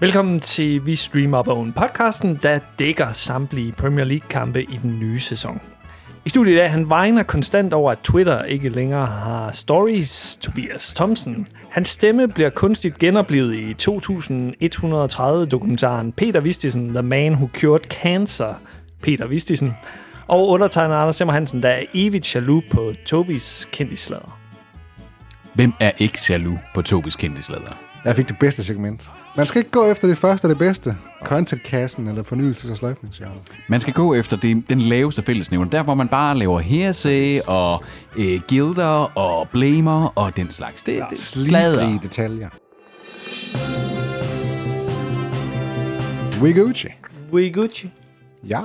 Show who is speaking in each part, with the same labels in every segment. Speaker 1: Velkommen til Vi Streamer Bogen podcasten, der dækker samtlige Premier League-kampe i den nye sæson. I studiet i dag, han vejner konstant over, at Twitter ikke længere har stories, Tobias Thomsen. Hans stemme bliver kunstigt genoplevet i 2130-dokumentaren Peter Vistisen, The Man Who Cured Cancer, Peter Vistisen. Og undertegner Anders Simmer Hansen, der er evigt jaloux på Tobis kendtislader.
Speaker 2: Hvem er ikke jaloux på Tobis kendtislader?
Speaker 3: Jeg fik det bedste segment. Man skal ikke gå efter det første og det bedste. Contentkassen eller fornyelses- og sløjfningsgenret.
Speaker 2: Man skal gå efter det, den laveste fællesnævner, der hvor man bare laver hearsay og øh, gilder og blamer og den slags. Det, det
Speaker 3: Slibrige
Speaker 2: slader.
Speaker 3: detaljer. We Gucci.
Speaker 1: We Gucci.
Speaker 3: Ja,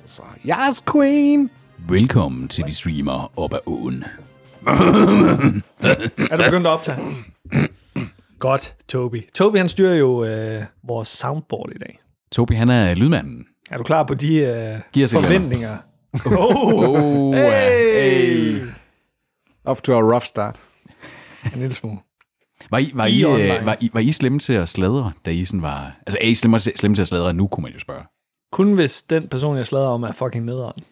Speaker 3: altså. Yes, queen.
Speaker 2: Velkommen til vi streamer op ad åen.
Speaker 1: Er du begyndt at optage? Godt, Tobi. Tobi, han styrer jo øh, vores soundboard i dag.
Speaker 2: Tobi, han er lydmanden.
Speaker 1: Er du klar på de øh,
Speaker 2: Giv os et
Speaker 1: forventninger? Oh,
Speaker 2: Oh,
Speaker 1: hey!
Speaker 3: Off to a rough start.
Speaker 1: En lille smule.
Speaker 2: Var I, var,
Speaker 1: I
Speaker 2: I, øh,
Speaker 1: online.
Speaker 2: var, I, var I slemme til at sladre, da I sådan var... Altså, er I slemme, slemme til at sladre nu, kunne man jo spørge.
Speaker 1: Kun hvis den person, jeg slader om, er fucking nederen.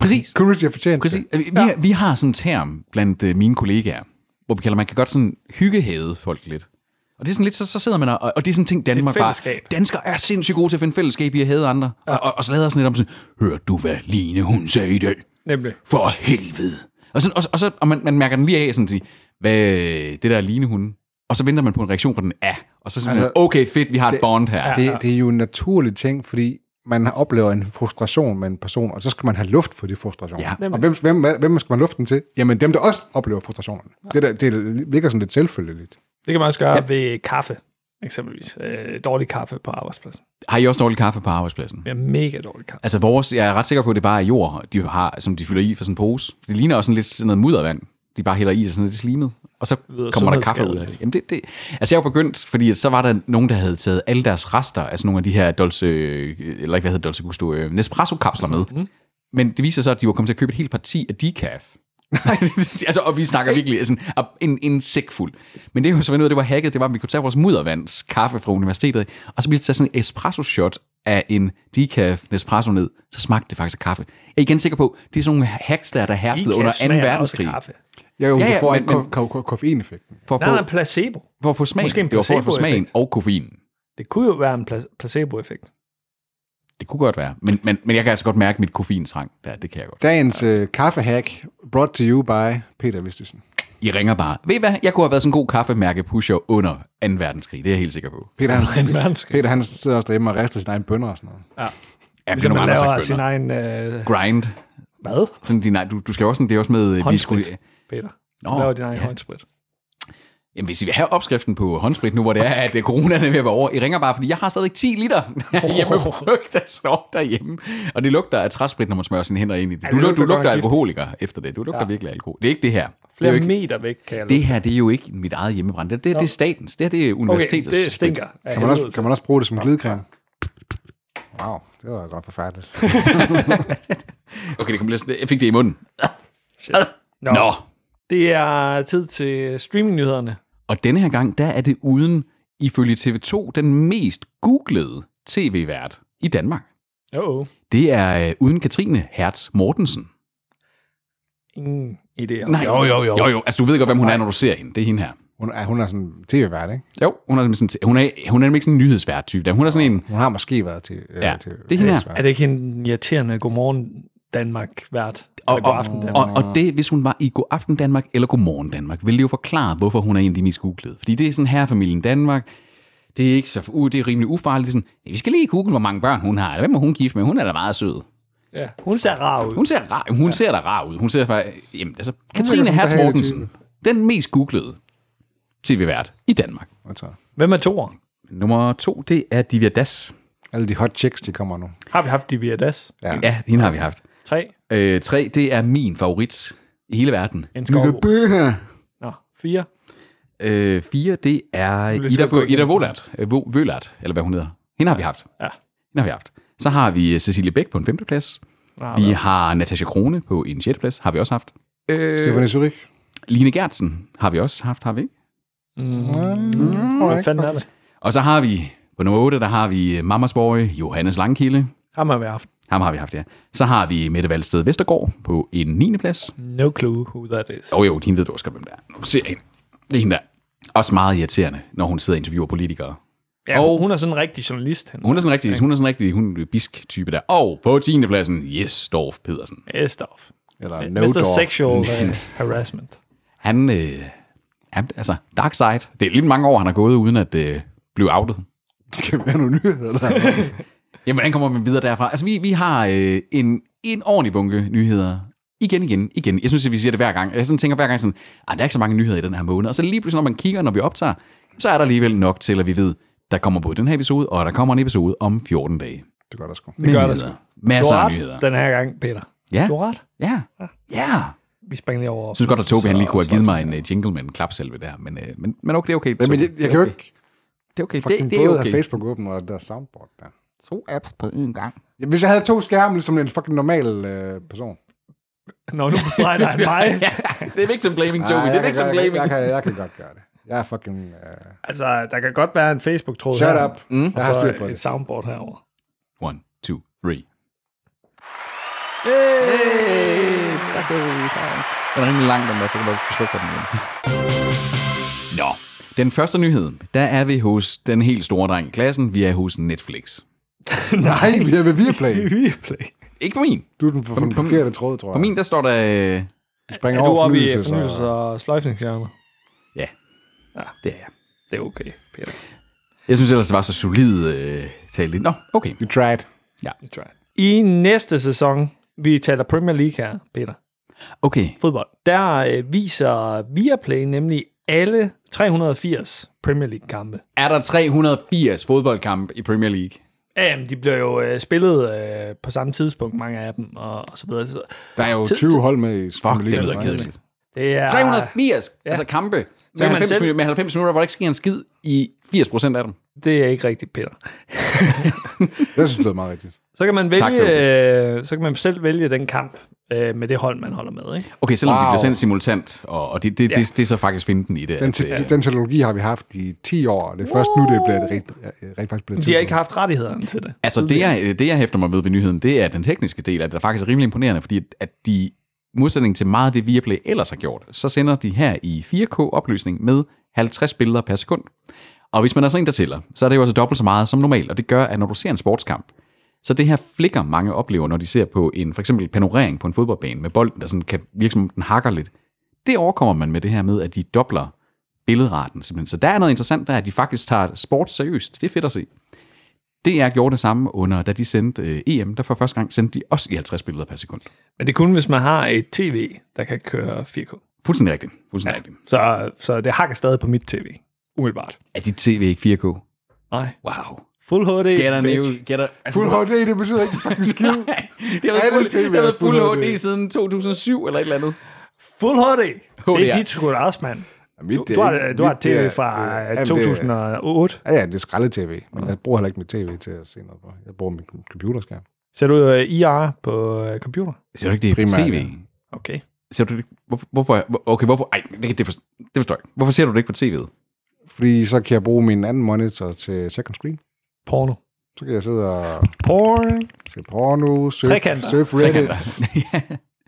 Speaker 2: Præcis.
Speaker 3: Courage, jeg fortjente
Speaker 2: Præcis.
Speaker 3: det.
Speaker 2: Vi, vi, vi har sådan en term blandt øh, mine kollegaer, hvor vi kalder, man kan godt sådan hyggehæde folk lidt. Og det er sådan lidt, så, så sidder man og, og det er sådan en ting, Danmark
Speaker 1: Et
Speaker 2: bare...
Speaker 1: fællesskab.
Speaker 2: Danskere er sindssygt gode til at finde fællesskab i at hæde andre. Ja. Og, og, og slader sådan lidt om sådan, hørte du, hvad Line hun sagde i dag?
Speaker 1: Nemlig.
Speaker 2: For helvede. Og, sådan, og, og, så, og man, man mærker den lige af, sådan at sige, hvad øh, det der er Line hun... Og så venter man på en reaktion fra den af. Og så siger man,
Speaker 3: Altså,
Speaker 2: okay, fedt, vi har et bond her. Ja.
Speaker 3: Det, det er jo en naturlig ting, fordi man oplever en frustration med en person, og så skal man have luft for de frustrationer.
Speaker 2: Ja.
Speaker 3: og hvem, hvem, hvem skal man lufte den til? Jamen dem, der også oplever frustrationerne. Det, der, det ligger sådan lidt selvfølgeligt.
Speaker 1: Det kan man også gøre ja. ved kaffe, eksempelvis. Øh, dårlig kaffe på arbejdspladsen.
Speaker 2: Har I også dårlig kaffe på arbejdspladsen?
Speaker 1: Ja, mega dårlig kaffe.
Speaker 2: Altså vores, jeg er ret sikker på, at det bare er jord, de har, som de fylder i for sådan en pose. Det ligner også sådan lidt sådan noget muddervand. De bare hælder i, og sådan noget, det er slimet. Og så
Speaker 1: lyder
Speaker 2: kommer der kaffe ud af det.
Speaker 1: sundhedsskadeligt.
Speaker 2: Jamen det, det. Altså jeg var begyndt, fordi at så var der nogen, der havde taget alle deres rester, altså nogle af de her Dolce, eller ikke hvad hedder Dolce Gusto, øh, Nespresso-kapsler med.
Speaker 1: Mm-hmm.
Speaker 2: Mm. Men det viser sig, at de var kommet til at købe et helt parti af decaf. altså, og vi snakker virkelig sådan en, en sæk fuld. Men det, jeg jo så fandt ud af, det var hacket, det var, at vi kunne tage vores muddervands kaffe fra universitetet, og så ville vi tage sådan en espresso-shot af en decaf Nespresso ned, så smagte det faktisk af kaffe. Jeg er igen sikker på, det er sådan nogle hacks, der, der herskede under 2. verdenskrig.
Speaker 3: Jeg er jo,
Speaker 2: Ja,
Speaker 3: ja,
Speaker 2: ja,
Speaker 3: ja, får
Speaker 2: men-
Speaker 3: ikke ko- ko- ko- koffeineffekten.
Speaker 2: For at,
Speaker 1: Nej, nej,
Speaker 2: få,
Speaker 1: placebo.
Speaker 2: for at få smagen.
Speaker 1: Måske en
Speaker 2: Det var for at få smagen
Speaker 1: placeboeffekt.
Speaker 2: og koffeinen.
Speaker 1: Det kunne jo være en pla- placebo-effekt.
Speaker 2: Det kunne godt være. Men, men, men jeg kan altså godt mærke mit koffeinstrang. Der, det kan jeg godt.
Speaker 3: Dagens øh, kaffehack, brought to you by Peter Vistisen.
Speaker 2: I ringer bare. Ved I hvad? Jeg kunne have været sådan en god kaffemærke pusher under 2. verdenskrig. Det er jeg helt sikker på.
Speaker 3: Peter, han,
Speaker 1: En verdenskrig.
Speaker 3: Peter, han sidder også derhjemme og rister sine egne bønder og sådan noget.
Speaker 2: Ja,
Speaker 1: Ligesom
Speaker 2: nogle
Speaker 1: man
Speaker 2: andre
Speaker 1: laver
Speaker 2: sagt
Speaker 1: sin
Speaker 2: bønder.
Speaker 1: egen... Øh,
Speaker 2: Grind.
Speaker 1: hvad?
Speaker 2: Sådan, din, nej, du, du skal jo også sådan, det er også med... øh, Vi
Speaker 1: Håndsprit,
Speaker 2: skulle,
Speaker 1: Peter. Du
Speaker 2: Nå,
Speaker 1: laver din egen
Speaker 2: ja.
Speaker 1: håndsprit.
Speaker 2: jamen, hvis I vil have opskriften på håndsprit nu, hvor det er, at øh, coronaen er ved at være over, I ringer bare, fordi jeg har stadigvæk 10 liter hjemmebryg, der står derhjemme. Og det lugter af træsprit, når man smører sine hænder ind i det. Du,
Speaker 1: det
Speaker 2: lugter,
Speaker 1: lugter
Speaker 2: du
Speaker 1: godt
Speaker 2: lugter
Speaker 1: nok
Speaker 2: alkoholiker efter det. Du lugter
Speaker 1: Ja.
Speaker 2: virkelig af alkohol. Det er ikke det her. Det, er
Speaker 1: Flere
Speaker 2: jo
Speaker 1: ikke...
Speaker 2: ikke,
Speaker 1: meter væk, kan jeg
Speaker 2: det her, det er jo ikke mit eget hjemmebrænd. Det, det, det er statens. Det her, det er
Speaker 1: Okay,
Speaker 2: universitetets.
Speaker 1: det stinker. af
Speaker 3: Kan man, også,
Speaker 1: helvede.
Speaker 3: kan man også bruge det som glidecreme? Wow, det var godt forfærdeligt.
Speaker 2: Okay, det kom lidt, jeg fik det i munden.
Speaker 1: Nå.
Speaker 2: Nå.
Speaker 1: Det er tid til streamingnyhederne.
Speaker 2: Og denne her gang, der er det uden, ifølge TV2, den mest googlede tv-vært i Danmark.
Speaker 1: Jo, oh,
Speaker 2: Det er øh, uden Katrine Hertz Mortensen.
Speaker 1: ingen idéer.
Speaker 2: jo. jo, jo. Altså, du ved godt, hvem hun er, når du ser hende. Det er hende her.
Speaker 3: Hun er, hun er sådan tv-vært, ikke?
Speaker 2: Jo, hun er, nemlig sådan, hun er, hun er nemlig ikke sådan en nyhedsvært type. der. Hun er sådan en...
Speaker 3: Hun har måske været til... Øh,
Speaker 2: Ja,
Speaker 3: til
Speaker 2: det er hende her.
Speaker 1: Er det ikke en irriterende godmorgen Danmark vært?
Speaker 2: Og,
Speaker 1: Eller godaften
Speaker 2: og, og, og det, hvis hun var i God Aften Danmark eller God Morgen Danmark, ville det jo forklare, hvorfor hun er en af de mest googlede. Fordi det er sådan her familien Danmark. Det er ikke så uh, det er rimelig ufarligt. Det er Sådan, vi skal lige google, hvor mange børn hun har. Hvem er hun gift med? Hun er da meget sød.
Speaker 1: Ja. Hun ser rar ud.
Speaker 2: Hun ser, rar, hun ja. ser da rar ud. Hun ser faktisk... Jamen, altså,
Speaker 3: sådan
Speaker 2: Katrine
Speaker 3: en
Speaker 2: Hertz
Speaker 3: behagelig
Speaker 2: Mortensen, den mest googlede tv-vært i Danmark.
Speaker 3: Altså,
Speaker 1: Hvem er toer?
Speaker 2: Nummer to, det er Divya Das.
Speaker 3: alle de hot chicks, de kommer nu.
Speaker 1: Har vi haft de via DAS?
Speaker 3: Ja.
Speaker 2: Ja, hende har vi haft.
Speaker 1: Tre?
Speaker 2: Øh, tre, det er min favorit i hele verden.
Speaker 1: En skov? Nå, fire?
Speaker 2: Øh, fire, det er
Speaker 1: bliver sikkert
Speaker 2: Ida,
Speaker 1: gået
Speaker 2: Ida Volert, øh, Vo- Vølert, eller hvad hun hedder. Hende har vi haft.
Speaker 1: Ja.
Speaker 2: Hende har vi haft. Så har vi øh, Cecilie Bæk på en femteplads.
Speaker 1: Rar
Speaker 2: Vi
Speaker 1: vært.
Speaker 2: har Natasha Krone på en sjetteplads, har vi også haft. Øh,
Speaker 3: Stefanie Zurich?
Speaker 2: Line Gertsen har vi også haft, har vi ikke?
Speaker 1: Mm,
Speaker 3: Mm, tror jeg
Speaker 1: hvad
Speaker 3: ikke.
Speaker 1: fanden er det?
Speaker 2: Og så har vi På nummer 8, der har vi Mamas Boy, Johannes Langkilde.
Speaker 1: Ham har vi haft.
Speaker 2: Ham har vi haft, ja. Så har vi Mette Valsted Vestergaard på en 9. plads.
Speaker 1: No clue who that is.
Speaker 2: Jo, jo, hende ved du også godt, hvem det er. Nu ser jeg hende. Det er hende der. Også meget irriterende, når hun sidder og interviewer politikere.
Speaker 1: Ja, og hun er sådan en rigtig journalist. Hende.
Speaker 2: Hun er sådan en rigtig, hun er sådan en rigtig hun er bisk-type der. Og på 10. pladsen, Jes Dorf Pedersen.
Speaker 1: Yes, stuff.
Speaker 2: Øh,
Speaker 3: Eller
Speaker 1: No Mr.
Speaker 3: no door.
Speaker 1: Sexual uh, Harassment.
Speaker 2: Han, øh, han, altså, Dark Side. Det er lidt mange år, han har gået, uden at øh, blive outet.
Speaker 3: Det kan være nogle nyheder. Der.
Speaker 2: Jamen, hvordan kommer man videre derfra? Altså, vi, vi har øh, en, en ordentlig bunke nyheder. Igen, igen, igen. Jeg synes, at vi siger det hver gang. Jeg sådan tænker hver gang sådan, at der er ikke så mange nyheder i den her måned. Og så lige pludselig, når man kigger, når vi optager, så er der alligevel nok til, at vi ved, der kommer både den her episode, og der kommer en episode om 14 dage.
Speaker 3: Det gør der sgu.
Speaker 2: Det
Speaker 1: gør der Du
Speaker 2: Masser
Speaker 1: har
Speaker 2: af Altså, nyheder.
Speaker 1: ret den her gang, Peter.
Speaker 2: Ja,
Speaker 1: Du har ret.
Speaker 2: ja, ja.
Speaker 1: Vi springer lige over.
Speaker 2: Jeg synes godt, at Tobi han lige kunne have givet mig en øh, jingle med en klapselve der, men, øh, men, men okay, det er okay.
Speaker 3: Men jeg, jeg kan jo ikke
Speaker 2: Det er okay, det,
Speaker 3: fucking
Speaker 2: det er
Speaker 3: både have
Speaker 2: okay.
Speaker 3: Facebook åben og det der soundboard der.
Speaker 2: To apps på én gang.
Speaker 3: Ja, Hvis jeg havde to skærme, som en fucking normal øh, person.
Speaker 1: Nå, nu bebrejder han mig.
Speaker 2: det er victim blaming, Tobi.
Speaker 3: Ah,
Speaker 2: Det
Speaker 3: jeg,
Speaker 2: er
Speaker 3: kan,
Speaker 2: victim
Speaker 3: gøre- jeg,
Speaker 2: blaming.
Speaker 3: jeg, kan, jeg kan godt gøre det. Jeg er fucking... Øh,
Speaker 1: Altså, der kan godt være en Facebook-tråd
Speaker 3: shut
Speaker 1: her,
Speaker 3: up. Mm. Jeg
Speaker 1: og
Speaker 3: har
Speaker 1: så
Speaker 3: styr på
Speaker 1: et
Speaker 3: det.
Speaker 1: soundboard herover.
Speaker 2: One, two, three.
Speaker 1: Hey!
Speaker 2: Tak, Tobi. Tak. Den er rimelig lang, den der, så kan du skal slukke på den igen. Nå, den første nyhed, der er vi hos den helt store dreng i klassen. Vi er hos Netflix.
Speaker 3: Nej, vi er ved Viaplay.
Speaker 1: Det er Viaplay.
Speaker 2: Ikke på min.
Speaker 3: Du er den, for, for den forkerte tråd, tror jeg.
Speaker 2: På min, der står der... øh,
Speaker 3: Vi springer
Speaker 1: Er du
Speaker 3: over
Speaker 1: oppe i
Speaker 3: fornyelse, så-
Speaker 1: fornyelse og sløjfningshjørner?
Speaker 2: Ja,
Speaker 1: Ja,
Speaker 2: det er jeg.
Speaker 1: det er okay, Peter.
Speaker 2: Jeg synes ellers, det var så solid øh, tale. Nå, okay.
Speaker 3: You tried.
Speaker 1: You try. I næste sæson, vi taler Premier League her, Peter,
Speaker 2: Okay.
Speaker 1: fodbold, der øh, viser Viaplay nemlig alle 380 Premier League-kampe.
Speaker 2: Er der 380 fodboldkamp i Premier League?
Speaker 1: Ja, Jamen, de bliver jo øh, spillet øh, på samme tidspunkt, mange af dem, og, og så videre. Så
Speaker 3: Der er jo
Speaker 1: Tid-
Speaker 3: 20 hold med i
Speaker 2: Fuck,
Speaker 3: Premier
Speaker 2: det
Speaker 3: League,
Speaker 2: lyder
Speaker 3: tror jeg.
Speaker 2: kedeligt.
Speaker 1: det er,
Speaker 2: 380, ja. altså kampe. Med
Speaker 1: kan man
Speaker 2: 90,
Speaker 1: selv-
Speaker 2: minutter, med 90 minutter, hvor der ikke sker en skid i 80 procent af dem.
Speaker 1: Det er ikke rigtigt, Peter.
Speaker 3: Jeg synes, det er meget rigtigt.
Speaker 1: Så kan man, vælge,
Speaker 2: Tak,
Speaker 1: øh, så kan man selv vælge den kamp øh, med det hold, man holder med. Ikke?
Speaker 2: Okay, selvom wow. de
Speaker 3: Wow.
Speaker 2: bliver sendt simultant, og, og det, det, ja.
Speaker 1: Ja.
Speaker 2: det, det, er så faktisk finden i det.
Speaker 3: Den,
Speaker 2: at,
Speaker 3: te-
Speaker 2: øh,
Speaker 3: den teknologi har vi haft i 10 år, og det er først nu, det er blevet rent, øh, rent faktisk blevet
Speaker 1: De har
Speaker 3: tilfældet.
Speaker 1: ikke haft rettighederne til det.
Speaker 2: altså, det jeg, det, jeg hæfter mig ved ved nyheden, det er den tekniske del af det, der faktisk er rimelig imponerende, fordi at- at de, i modsætning til meget af det, Viaplay ellers har gjort, så sender de her i 4K-opløsning med 50 billeder per sekund. Og hvis man er sådan en, der tæller, så er det jo altså dobbelt så meget som normalt, og det gør, at når du ser en sportskamp, så det her flikker mange oplever, når de ser på en for eksempel panorering på en fodboldbane med bolden, der sådan kan virke som om den hakker lidt. Det overkommer man med det her med, at de dobler billedraten simpelthen. Så der er noget interessant der, at de faktisk tager sport seriøst. Det er fedt at se. DR gjorde det samme under, da de sendte øh, EM, der for første gang sendte de også i 50 billeder per sekund.
Speaker 1: Men det er kun, hvis man har et tv, der kan køre 4K.
Speaker 2: Fuldstændig rigtigt. Fuldstændig ja. rigtigt.
Speaker 1: Så, så det hakker stadig på mit tv, umiddelbart.
Speaker 2: Er dit tv ikke 4K?
Speaker 1: Nej.
Speaker 2: Wow.
Speaker 1: Fuld HD,
Speaker 2: Get a new,
Speaker 1: bitch.
Speaker 2: get a, altså,
Speaker 3: Fuld HD, det betyder ikke fucking skid.
Speaker 2: det har været
Speaker 3: Alle
Speaker 2: fuld,
Speaker 3: TV'er
Speaker 2: det har været fuld
Speaker 3: fuld
Speaker 2: HD
Speaker 3: HD.
Speaker 2: siden 2007 eller et eller andet.
Speaker 1: Fuld HD. Det er
Speaker 2: HDR.
Speaker 1: dit sgu da også, mand.
Speaker 3: Mit,
Speaker 1: Du,
Speaker 3: det er
Speaker 1: du, har,
Speaker 3: ikke-
Speaker 1: du har
Speaker 3: mit, det er-
Speaker 1: tv fra øh,
Speaker 3: det er- jamen, det er-
Speaker 1: 2008.
Speaker 3: Ja, ja, det er skralde-tv, men jeg bruger heller ikke mit tv til at se noget på. Jeg bruger min computerskærm.
Speaker 1: Ser du øh, IR på øh, computer?
Speaker 2: Ser du ikke det
Speaker 3: Primært,
Speaker 2: tv?
Speaker 3: ja.
Speaker 1: Okay.
Speaker 2: Ser du det? Hvorfor, hvorfor, hvor- okay, hvorfor? Ej, det, kan- det, for, det forstår jeg. ikke. Hvorfor ser du det ikke på tv'et?
Speaker 3: Fordi så kan jeg bruge min anden monitor til second screen.
Speaker 1: Porno.
Speaker 3: Så kan jeg sidde og
Speaker 1: Porn.
Speaker 3: se porno, surf,
Speaker 1: Trekanter.
Speaker 3: surf Reddit,
Speaker 2: Ja.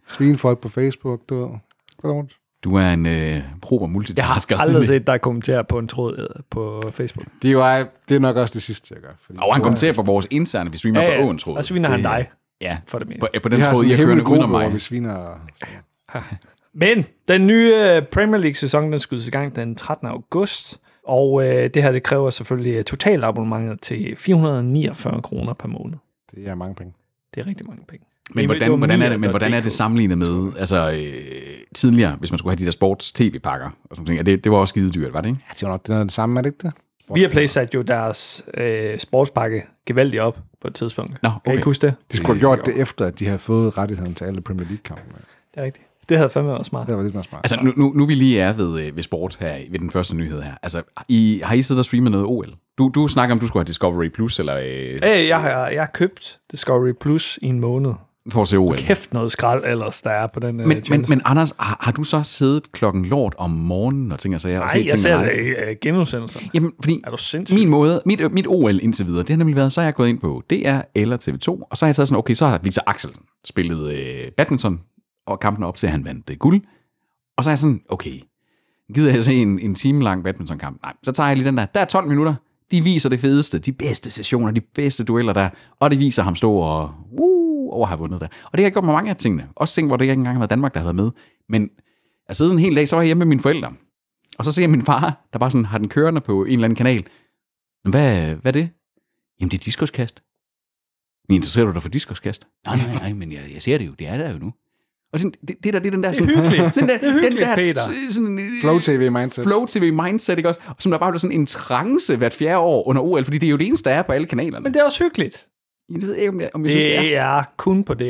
Speaker 3: svine folk på Facebook, du ved. Så er det rundt.
Speaker 2: du er en øh, prober multitasker.
Speaker 1: Jeg har aldrig set dig kommentere på en tråd øh, på Facebook.
Speaker 3: Det er, jo ej- det er nok også det sidste, jeg gør. Fordi
Speaker 2: Og han kommenterer på vores interne, vi streamer på åen, tror jeg.
Speaker 1: Og sviner han dig,
Speaker 2: Ja,
Speaker 1: for det meste.
Speaker 2: på, på
Speaker 3: vi
Speaker 2: den
Speaker 3: har
Speaker 2: tråd,
Speaker 3: sådan
Speaker 2: I
Speaker 3: en
Speaker 2: har kørende
Speaker 3: hemmelig
Speaker 2: uden
Speaker 3: gruppe,
Speaker 2: om
Speaker 3: hvor
Speaker 2: mig.
Speaker 3: vi sviner.
Speaker 1: Men den nye øh, Premier League-sæson, den skydes i gang den 13. august. Og øh, det her, det kræver selvfølgelig øh, totalabonnementer til 449 kroner per måned.
Speaker 3: Det er mange penge.
Speaker 1: Det er rigtig mange penge.
Speaker 2: Men
Speaker 1: Det var
Speaker 2: hvordan, hvordan, er det, men hvordan er
Speaker 1: mere.dk.
Speaker 2: det sammenlignet med altså, øh, tidligere, hvis man skulle have de der sports-tv-pakker? Og sådan ting? Er det, det var også skide dyrt, var det ikke?
Speaker 3: Ja, det er jo nok det, er noget af det samme, er det ikke det?
Speaker 1: Viaplay satte jo deres øh, sportspakke gevaldigt op på et tidspunkt.
Speaker 2: Nå,
Speaker 1: Kan I
Speaker 2: okay.
Speaker 1: ikke huske det?
Speaker 3: De skulle have gjort det efter, at de havde fået rettigheden til alle Premier League-kampe.
Speaker 1: Det er rigtigt. Det havde fandme været smart.
Speaker 3: Det var lidt mere smart.
Speaker 2: Altså, nu, nu, nu vi lige er ved, øh, ved sport her, ved den første nyhed her. Altså, I, har I siddet og streamet noget OL? Du, du snakker om, du skulle have Discovery Plus, eller... Øh,
Speaker 1: Hey, jeg har jeg har købt Discovery Plus i en måned.
Speaker 2: for at se OL.
Speaker 1: Kæft noget skrald ellers, der er på den øh,
Speaker 2: Men, men,
Speaker 1: tjeneste.
Speaker 2: men Anders, har, har du så siddet klokken lort om morgenen og ting og sager? og set
Speaker 1: Nej, jeg
Speaker 2: tingene
Speaker 1: ser
Speaker 2: live?
Speaker 1: det i øh, genudsendelserne.
Speaker 2: Jamen, fordi
Speaker 1: Er du sindssyg?
Speaker 2: min måde, mit, øh, mit OL indtil videre, det har nemlig været, så har jeg gået ind på DR eller TV2, og så har jeg taget sådan, okay, så har Victor Axel spillet øh, badminton, og kampen op til, at han vandt øh, guld. Og så er jeg sådan, okay, gider jeg se en, en time lang badmintonkamp? Nej, så tager jeg lige den der. Der er 12 minutter. De viser det fedeste, de bedste sessioner, de bedste dueller der, og det viser ham stå og uh, over at have vundet der. Og det har jeg gjort med mange af tingene. Også ting, hvor det ikke engang har været Danmark, der har været med. Men at sidde en hel dag, så var jeg hjemme med mine forældre. Og så ser jeg min far, der bare sådan har den kørende på en eller anden kanal. Men hvad, hvad er det? Jamen, det er diskoskast. Men interesserer du dig for diskoskast? Nej, nej, nej, men jeg, jeg ser det jo. Det er der jo nu. Og sådan, det, det, der, det er den der... sådan-
Speaker 1: hyggeligt.
Speaker 2: Den der,
Speaker 1: Det er hyggeligt,
Speaker 2: den der,
Speaker 1: Peter.
Speaker 2: Sådan, øh,
Speaker 3: Flow TV mindset.
Speaker 2: Flow TV mindset, ikke også? Som der bare bliver sådan en trance hvert fjerde år under OL, fordi det er jo det eneste, der er på alle kanalerne.
Speaker 1: Men det er også hyggeligt.
Speaker 2: jeg ved ikke, om jeg, om jeg synes, det er.
Speaker 1: Det er kun på DR.